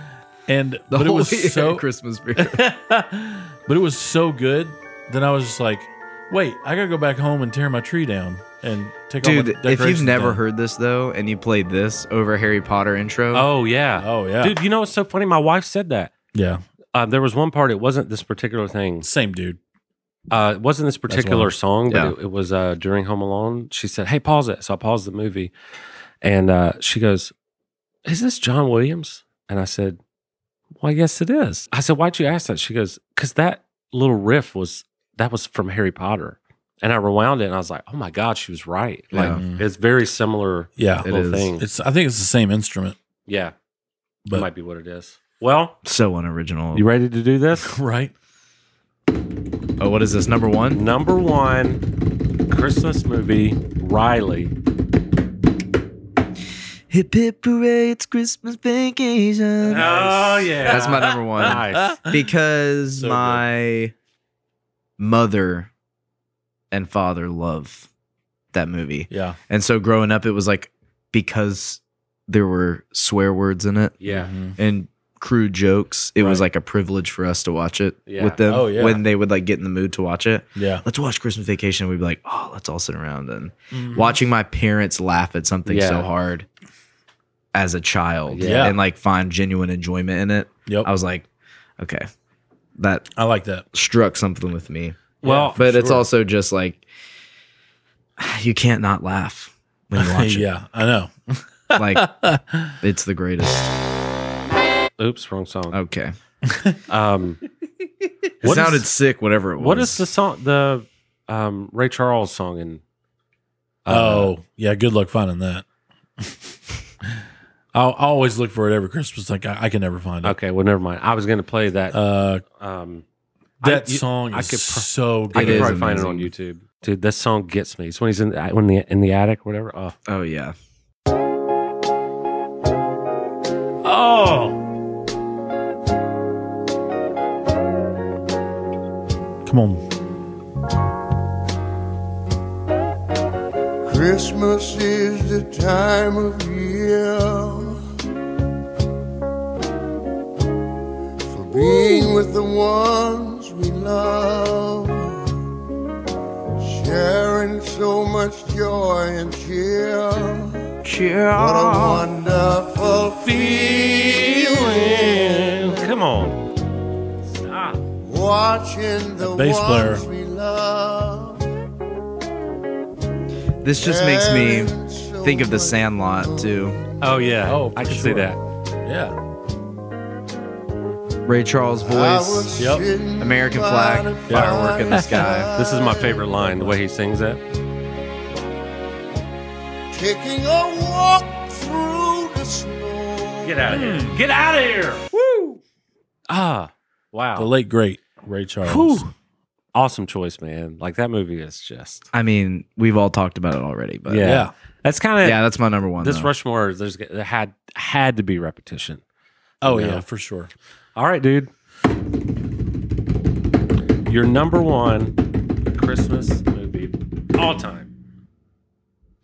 [SPEAKER 5] And
[SPEAKER 3] The
[SPEAKER 5] but
[SPEAKER 3] Holy
[SPEAKER 5] it was so
[SPEAKER 3] Christmas spirit.
[SPEAKER 5] but it was so good. Then I was just like, wait, I gotta go back home and tear my tree down and take all
[SPEAKER 3] Dude,
[SPEAKER 5] my
[SPEAKER 3] if
[SPEAKER 5] decorations
[SPEAKER 3] you've never
[SPEAKER 5] down.
[SPEAKER 3] heard this though, and you played this over Harry Potter intro,
[SPEAKER 1] Oh yeah.
[SPEAKER 5] Oh yeah,
[SPEAKER 1] dude. You know what's so funny? My wife said that.
[SPEAKER 5] yeah,
[SPEAKER 1] Uh, there was one part. It wasn't this particular thing.
[SPEAKER 5] same dude.
[SPEAKER 1] Uh, it wasn't this particular
[SPEAKER 5] wild.
[SPEAKER 1] song, but
[SPEAKER 3] Yeah.
[SPEAKER 1] it, it was uh, during Home Alone. She said, "Hey, pause it." So I paused the movie, and uh, she goes, "Is this John Williams?" And I said, "Well, yes, it is." I said, "Why'd you ask that?" She goes, "Cause that little riff was that was from Harry Potter." And I rewound it, and I was like, "Oh my god, she was right! Like
[SPEAKER 5] Yeah.
[SPEAKER 1] it's very similar
[SPEAKER 5] mm. Yeah,
[SPEAKER 3] It
[SPEAKER 1] little
[SPEAKER 3] is.
[SPEAKER 1] thing."
[SPEAKER 5] it's. I think it's the same instrument,
[SPEAKER 1] yeah, that
[SPEAKER 5] but
[SPEAKER 1] might be what it is. Well,
[SPEAKER 3] so unoriginal.
[SPEAKER 1] you ready to do this?
[SPEAKER 5] right.
[SPEAKER 3] Oh, what is this number one?
[SPEAKER 1] Number one Christmas movie, Riley.
[SPEAKER 3] Hip hip hooray! It's Christmas vacation.
[SPEAKER 1] Oh yeah,
[SPEAKER 3] That's my number one.
[SPEAKER 1] Nice.
[SPEAKER 3] because
[SPEAKER 5] So good.
[SPEAKER 3] my mother and father love that movie.
[SPEAKER 5] Yeah,
[SPEAKER 3] And so growing up, it was like because there were swear words in it
[SPEAKER 1] Yeah,
[SPEAKER 5] Mhm.
[SPEAKER 3] and crude jokes, it was like a privilege for us to watch it
[SPEAKER 1] Yeah.
[SPEAKER 3] with them
[SPEAKER 5] Oh, yeah.
[SPEAKER 3] when they would like get in the mood to watch it.
[SPEAKER 5] yeah.
[SPEAKER 3] Let's watch Christmas Vacation. We'd be like, oh, let's all sit around and watching my parents laugh at something
[SPEAKER 1] Mm-hmm. Yeah.
[SPEAKER 3] so hard as a child
[SPEAKER 1] Yeah.
[SPEAKER 3] and like find genuine enjoyment in it.
[SPEAKER 5] Yep,
[SPEAKER 3] I was like, okay, that
[SPEAKER 5] I like that.
[SPEAKER 3] struck something with me.
[SPEAKER 1] Well,
[SPEAKER 3] but it's also just like you can't not laugh when you watch it.
[SPEAKER 5] yeah, I know.
[SPEAKER 3] Like it's the greatest.
[SPEAKER 1] oops, wrong song.
[SPEAKER 3] Okay.
[SPEAKER 1] Um,
[SPEAKER 3] Oh. It
[SPEAKER 1] What is-
[SPEAKER 3] sounded sick, whatever it was.
[SPEAKER 1] what is the song? The um, Ray Charles song in? uh,
[SPEAKER 5] oh yeah, good luck finding that. I'll, I always look for it every Christmas. Like I, I can never find it.
[SPEAKER 1] okay. Well, never mind. I was going to play that.
[SPEAKER 5] Uh,
[SPEAKER 1] um, I-
[SPEAKER 5] that
[SPEAKER 1] you-
[SPEAKER 5] song
[SPEAKER 1] I
[SPEAKER 5] is
[SPEAKER 1] could pro-
[SPEAKER 5] so
[SPEAKER 1] I
[SPEAKER 5] good.
[SPEAKER 3] It
[SPEAKER 1] could
[SPEAKER 3] is
[SPEAKER 1] probably find it on
[SPEAKER 3] amazing.
[SPEAKER 1] YouTube, dude. This song gets me. It's when he's in the, when the in the attic, or whatever. Oh,
[SPEAKER 3] Oh yeah.
[SPEAKER 1] oh,
[SPEAKER 5] Come on.
[SPEAKER 6] Christmas is the time of year for being with the ones we love, sharing so much joy and cheer. uh, Cheer! What a wonderful feeling!
[SPEAKER 1] come on.
[SPEAKER 6] Watching the,
[SPEAKER 5] bass player.
[SPEAKER 6] ones we love.
[SPEAKER 3] This just makes me
[SPEAKER 6] sharing so
[SPEAKER 3] think of the
[SPEAKER 6] much
[SPEAKER 3] Sandlot too.
[SPEAKER 1] Oh yeah.
[SPEAKER 5] Oh,
[SPEAKER 1] I
[SPEAKER 5] for
[SPEAKER 1] can see
[SPEAKER 5] sure.
[SPEAKER 1] that.
[SPEAKER 5] Yeah.
[SPEAKER 3] Ray Charles voice,
[SPEAKER 5] Yep.
[SPEAKER 3] American flag, firework in the sky.
[SPEAKER 1] This is my favorite line. The way he sings that.
[SPEAKER 6] Taking a walk through the snow.
[SPEAKER 1] Get out of
[SPEAKER 3] Mm.
[SPEAKER 1] here. Get out of here. Woo. Ah, wow.
[SPEAKER 5] The late great Ray Charles.
[SPEAKER 1] Whew. Awesome choice, man. Like that movie is just.
[SPEAKER 3] I mean, we've all talked about it already, but
[SPEAKER 1] Yeah.
[SPEAKER 3] yeah,
[SPEAKER 1] That's kind of
[SPEAKER 3] that's my number one.
[SPEAKER 1] this
[SPEAKER 3] though.
[SPEAKER 1] Rushmore. There's there had had to be repetition.
[SPEAKER 5] Oh
[SPEAKER 1] Yeah.
[SPEAKER 5] yeah, for sure.
[SPEAKER 1] All right, dude. Your number one Christmas movie all time.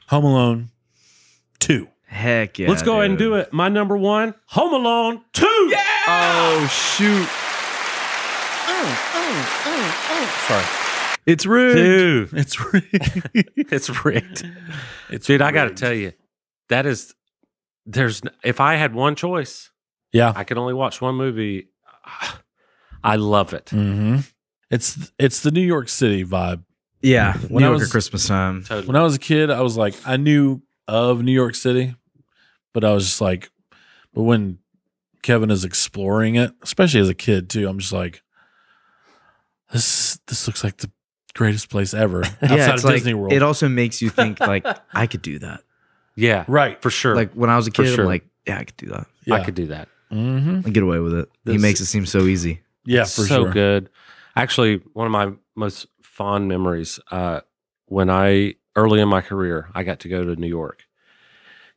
[SPEAKER 5] Home Alone two.
[SPEAKER 3] Heck yeah.
[SPEAKER 1] Let's go ahead and do it. My number one, Home Alone two. Yeah.
[SPEAKER 3] Oh shoot.
[SPEAKER 5] Sorry,
[SPEAKER 3] It's rude.
[SPEAKER 1] Dude,
[SPEAKER 5] it's rigged.
[SPEAKER 1] it's rigged. Dude, I got to tell you, that is there's n- if I had one choice,
[SPEAKER 5] yeah.
[SPEAKER 1] I could only watch one movie. I love it.
[SPEAKER 5] Mm-hmm. It's it's the New York City vibe.
[SPEAKER 3] Yeah.
[SPEAKER 5] When
[SPEAKER 3] New
[SPEAKER 5] I
[SPEAKER 3] Yorker
[SPEAKER 5] was-
[SPEAKER 3] Christmas time.
[SPEAKER 1] Totally.
[SPEAKER 5] When I was a kid, I was like, I knew of New York City, but I was just like, but when Kevin is exploring it, especially as a kid too, I'm just like, this this looks like the greatest place ever outside
[SPEAKER 3] Yeah,
[SPEAKER 5] of
[SPEAKER 3] it's like,
[SPEAKER 5] Disney World.
[SPEAKER 3] It also makes you think like I could do that.
[SPEAKER 1] Yeah,
[SPEAKER 5] right.
[SPEAKER 1] for sure.
[SPEAKER 3] Like when I was a
[SPEAKER 1] For
[SPEAKER 3] kid,
[SPEAKER 1] sure.
[SPEAKER 3] I'm like, yeah, I could do that.
[SPEAKER 5] Yeah.
[SPEAKER 1] I could do that.
[SPEAKER 5] Mm-hmm.
[SPEAKER 3] And get away with it. he
[SPEAKER 1] This-
[SPEAKER 3] makes it seem so easy.
[SPEAKER 5] Yeah,
[SPEAKER 1] It's
[SPEAKER 5] for
[SPEAKER 1] so
[SPEAKER 5] sure.
[SPEAKER 1] good. Actually, one of my most fond memories uh, when I early in my career, I got to go to New York,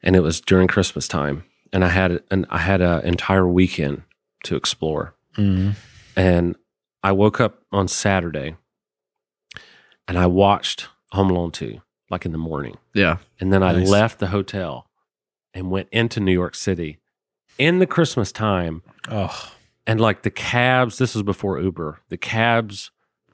[SPEAKER 1] and it was during Christmas time, and I had an I had an entire weekend to explore,
[SPEAKER 5] Mm-hmm.
[SPEAKER 1] and I woke up on Saturday, and I watched Home Alone two like in the morning,
[SPEAKER 3] Yeah.
[SPEAKER 1] and then I
[SPEAKER 5] Nice.
[SPEAKER 1] left the hotel and went into New York City in the Christmas time
[SPEAKER 5] Oh,
[SPEAKER 1] and like the cabs this was before uber the cabs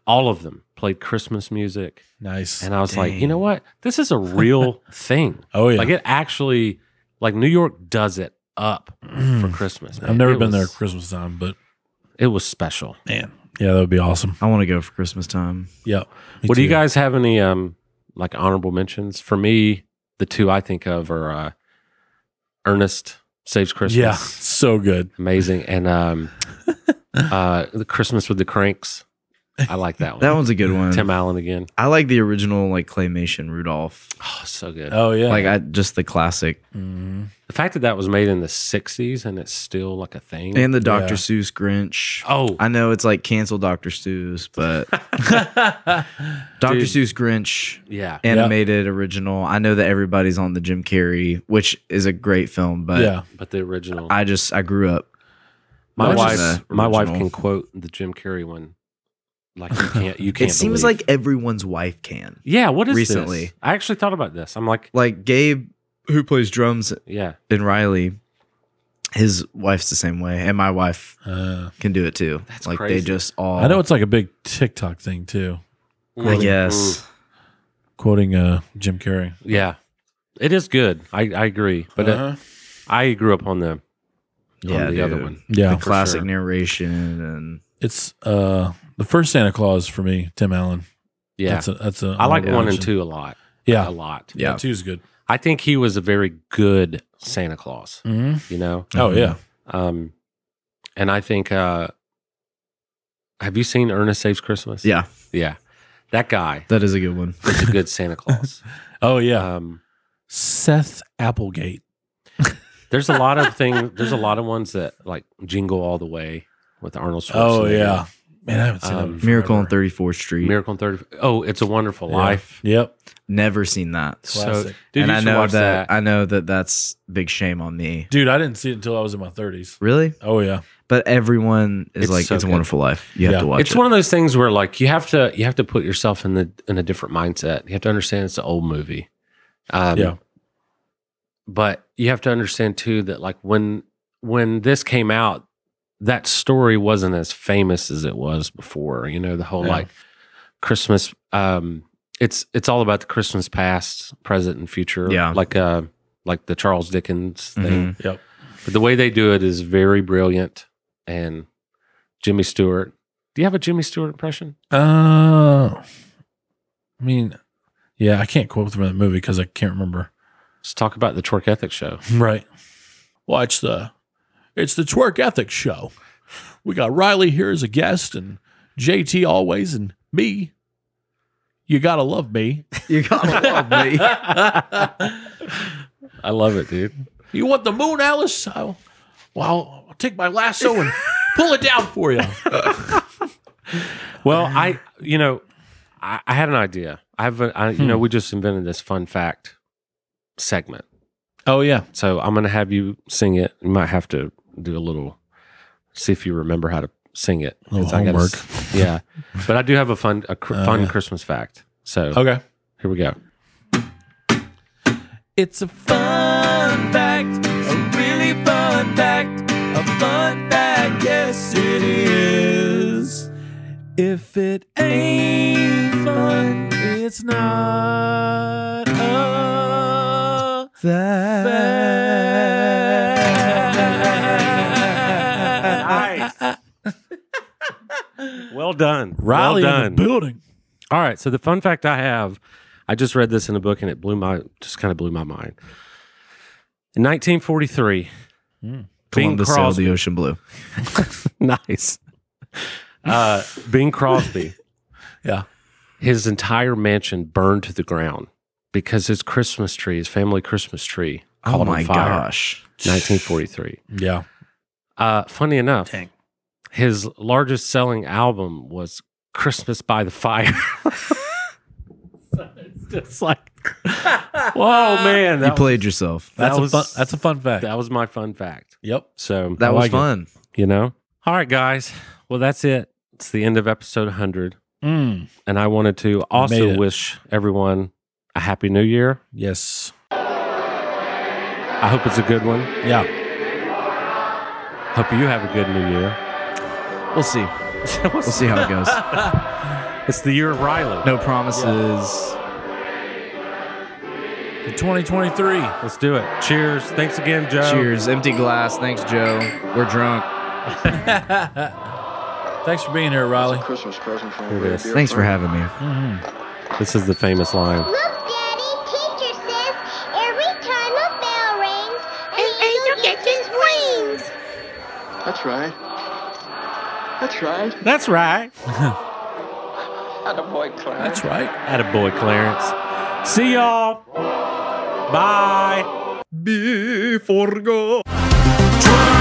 [SPEAKER 1] all of them played christmas music
[SPEAKER 5] nice.
[SPEAKER 1] and i was like you
[SPEAKER 3] Dang.
[SPEAKER 1] know what this is a real thing
[SPEAKER 5] oh yeah.
[SPEAKER 1] like it actually like new york does it up for christmas
[SPEAKER 5] I've
[SPEAKER 1] man.
[SPEAKER 5] never
[SPEAKER 1] It
[SPEAKER 5] been there
[SPEAKER 1] was-
[SPEAKER 5] at Christmas time, but
[SPEAKER 1] it was special
[SPEAKER 5] man, yeah, that would be awesome.
[SPEAKER 3] I want to go for Christmas time.
[SPEAKER 5] Yeah. me
[SPEAKER 1] what do you
[SPEAKER 5] too.
[SPEAKER 1] guys have any um like honorable mentions for me the two i think of are uh ernest saves christmas
[SPEAKER 5] Yeah, so good.
[SPEAKER 1] amazing and um uh the christmas with the cranks i like that one
[SPEAKER 3] That one's a good one.
[SPEAKER 1] tim allen again
[SPEAKER 3] I like the original like claymation Rudolph.
[SPEAKER 1] oh so good
[SPEAKER 5] Oh yeah.
[SPEAKER 3] Like I just the classic.
[SPEAKER 5] Mhm.
[SPEAKER 1] The fact that that was made in the 60s and it's still like a thing.
[SPEAKER 3] And the Dr.
[SPEAKER 5] Yeah.
[SPEAKER 3] Seuss Grinch.
[SPEAKER 1] oh,
[SPEAKER 3] I know it's like cancel Dr. Seuss, but Dr.
[SPEAKER 1] Dude.
[SPEAKER 3] Seuss Grinch
[SPEAKER 1] yeah.
[SPEAKER 3] animated original. I know that everybody's on the Jim Carrey, which is a great film, but
[SPEAKER 5] yeah.
[SPEAKER 1] But the original.
[SPEAKER 3] I just I grew up.
[SPEAKER 1] my
[SPEAKER 3] Which
[SPEAKER 1] wife,
[SPEAKER 3] is the
[SPEAKER 1] my wife can
[SPEAKER 3] original.
[SPEAKER 1] quote the Jim Carrey one. Like you can't, you can't.
[SPEAKER 3] It seems
[SPEAKER 1] believe.
[SPEAKER 3] like everyone's wife can.
[SPEAKER 1] yeah. What is
[SPEAKER 3] recently.
[SPEAKER 1] this? I actually thought about this. I'm like,
[SPEAKER 3] Like Gabe, who plays drums
[SPEAKER 1] yeah,
[SPEAKER 3] in Riley, his wife's the same way, and my wife
[SPEAKER 5] Uh,
[SPEAKER 3] can do it too.
[SPEAKER 1] That's
[SPEAKER 3] like
[SPEAKER 1] crazy.
[SPEAKER 3] they just all.
[SPEAKER 5] I know it's like a big TikTok thing too,
[SPEAKER 3] I guess.
[SPEAKER 5] quoting uh, Jim Carrey.
[SPEAKER 1] Mm, yeah, it is good. I, I agree, but uh, it-
[SPEAKER 5] Uh-huh.
[SPEAKER 1] I grew up on the on
[SPEAKER 3] Yeah,
[SPEAKER 1] the other
[SPEAKER 3] dude.
[SPEAKER 1] one.
[SPEAKER 5] yeah,
[SPEAKER 3] the classic
[SPEAKER 1] sure.
[SPEAKER 3] narration and
[SPEAKER 5] it's uh, the first Santa Claus for me, Tim Allen.
[SPEAKER 1] Yeah,
[SPEAKER 5] that's a, that's a.
[SPEAKER 1] I like one and
[SPEAKER 5] mention.
[SPEAKER 1] two a lot.
[SPEAKER 5] Yeah,
[SPEAKER 1] a lot.
[SPEAKER 5] yeah, two's good.
[SPEAKER 1] I think he was a very good Santa Claus.
[SPEAKER 5] hmm
[SPEAKER 1] You know,
[SPEAKER 5] Oh yeah,
[SPEAKER 1] Um, and I think, uh, have you seen Ernest Saves Christmas?
[SPEAKER 3] yeah,
[SPEAKER 1] Yeah. That guy
[SPEAKER 3] that is a good one.
[SPEAKER 1] is a good Santa Claus.
[SPEAKER 5] oh yeah.
[SPEAKER 1] um,
[SPEAKER 5] Seth Applegate.
[SPEAKER 1] there's a lot of things, there's a lot of ones that like jingle all the way with Arnold Schwarzenegger.
[SPEAKER 5] Oh yeah, man, I haven't seen that.
[SPEAKER 1] Um,
[SPEAKER 5] in
[SPEAKER 3] Miracle on
[SPEAKER 5] forever.
[SPEAKER 3] Thirty Fourth Street.
[SPEAKER 1] Miracle on 30. Oh, It's a Wonderful
[SPEAKER 5] Yeah.
[SPEAKER 1] Life.
[SPEAKER 5] Yep.
[SPEAKER 3] Never seen that.
[SPEAKER 5] Classic.
[SPEAKER 1] Dude,
[SPEAKER 3] and
[SPEAKER 1] you
[SPEAKER 3] I
[SPEAKER 1] should
[SPEAKER 3] know
[SPEAKER 1] watch that.
[SPEAKER 3] that, I know that that's big shame on me.
[SPEAKER 5] Dude, I didn't see it until I was in my thirties.
[SPEAKER 3] Really?
[SPEAKER 5] Oh yeah.
[SPEAKER 3] But everyone is
[SPEAKER 1] It's
[SPEAKER 3] like,
[SPEAKER 1] so
[SPEAKER 3] it's a
[SPEAKER 1] good.
[SPEAKER 3] wonderful life. You
[SPEAKER 5] Yeah.
[SPEAKER 3] have to watch
[SPEAKER 1] it's
[SPEAKER 3] it.
[SPEAKER 1] one of those things where like you have to you have to put yourself in the in a different mindset. You have to understand it's an old movie. Um,
[SPEAKER 5] Yeah.
[SPEAKER 1] But you have to understand too that like when when this came out, that story wasn't as famous as it was before. You know, the whole
[SPEAKER 5] Yeah.
[SPEAKER 1] like Christmas. Um, it's it's all about the Christmas past, present, and future.
[SPEAKER 3] Yeah.
[SPEAKER 1] Like uh, like the Charles Dickens thing.
[SPEAKER 3] Mhm.
[SPEAKER 5] Yep.
[SPEAKER 1] But the way they do it is very brilliant. And Jimmy Stewart. Do you have a Jimmy Stewart impression?
[SPEAKER 5] Uh, I mean, yeah, I can't quote from that movie because I can't remember.
[SPEAKER 1] Let's talk about the Twerk Ethics Show.
[SPEAKER 5] Right.
[SPEAKER 2] Watch the it's the Twerk Ethics Show. We got Riley here as a guest and JT always and me. You gotta love me.
[SPEAKER 3] you gotta love me.
[SPEAKER 1] I love it, dude.
[SPEAKER 2] You want the moon, Alice? I'll, well, I'll take my lasso and pull it down for you.
[SPEAKER 1] Well, I, you know, I, I had an idea. I have, a, I, you know, we just invented this fun fact segment.
[SPEAKER 5] Oh yeah.
[SPEAKER 1] So I'm going to have you sing it. You might have to do a little, see if you remember how to sing it.
[SPEAKER 5] Little
[SPEAKER 1] 'Cause I gotta
[SPEAKER 5] homework.
[SPEAKER 1] s- Oh, yeah. Oh. But I do have a fun, a cr-
[SPEAKER 5] Uh,
[SPEAKER 1] fun
[SPEAKER 5] yeah.
[SPEAKER 1] Christmas fact. So
[SPEAKER 5] Okay.
[SPEAKER 1] Here we go.
[SPEAKER 7] It's a fun fact, a really fun fact, a fun fact, yes it is. If it ain't fun, it's not a fact.
[SPEAKER 1] Well done.
[SPEAKER 5] Riley
[SPEAKER 1] well done.
[SPEAKER 5] in the building.
[SPEAKER 1] All right. So the fun fact I have, I just read this in a book and it blew my just kind of blew my mind. In 1943, Bing
[SPEAKER 3] Columbus sailed
[SPEAKER 1] Crosby.
[SPEAKER 3] the ocean blue.
[SPEAKER 1] nice. Uh, Bing Crosby.
[SPEAKER 2] Yeah.
[SPEAKER 1] His entire mansion burned to the ground because his Christmas tree, his family Christmas tree,
[SPEAKER 3] Oh
[SPEAKER 1] caught
[SPEAKER 3] my
[SPEAKER 1] on fire.
[SPEAKER 3] gosh.
[SPEAKER 1] 1943.
[SPEAKER 5] Yeah.
[SPEAKER 1] Uh, funny enough,
[SPEAKER 2] Dang.
[SPEAKER 1] his largest selling album was Christmas by the Fire. So it's just like, whoa, man.
[SPEAKER 3] You
[SPEAKER 1] That, was,
[SPEAKER 3] played yourself.
[SPEAKER 5] That's
[SPEAKER 1] That
[SPEAKER 5] a
[SPEAKER 1] was-
[SPEAKER 5] fun, that's a fun fact.
[SPEAKER 1] that was my fun fact.
[SPEAKER 5] yep.
[SPEAKER 1] So, I
[SPEAKER 3] That was
[SPEAKER 1] like it,
[SPEAKER 3] fun.
[SPEAKER 1] you know? All right, guys. Well, that's it. It's the end of episode 100.
[SPEAKER 5] Mm.
[SPEAKER 1] And I wanted to
[SPEAKER 5] made
[SPEAKER 1] also
[SPEAKER 5] it.
[SPEAKER 1] wish everyone a happy new year.
[SPEAKER 5] Yes.
[SPEAKER 1] I hope it's a good one.
[SPEAKER 5] Yeah.
[SPEAKER 1] Hope you have a good new year.
[SPEAKER 3] We'll see. We'll see how it goes.
[SPEAKER 1] It's the year of Riley.
[SPEAKER 3] No promises.
[SPEAKER 5] The 2023.
[SPEAKER 1] Let's do it. Cheers. Thanks again, Joe.
[SPEAKER 3] Cheers. Empty glass. Thanks, Joe. We're drunk.
[SPEAKER 5] Thanks for being here, Riley.
[SPEAKER 6] Christmas present from
[SPEAKER 1] Here it is.
[SPEAKER 3] Thanks for having me.
[SPEAKER 1] This is the famous line.
[SPEAKER 10] Look, Daddy, teacher says every time a bell rings, an angel gets his wings.
[SPEAKER 6] That's right. That's right.
[SPEAKER 1] That's right.
[SPEAKER 6] Attaboy, Clarence.
[SPEAKER 5] That's right.
[SPEAKER 1] Attaboy, Clarence. See y'all. Bye.
[SPEAKER 10] Try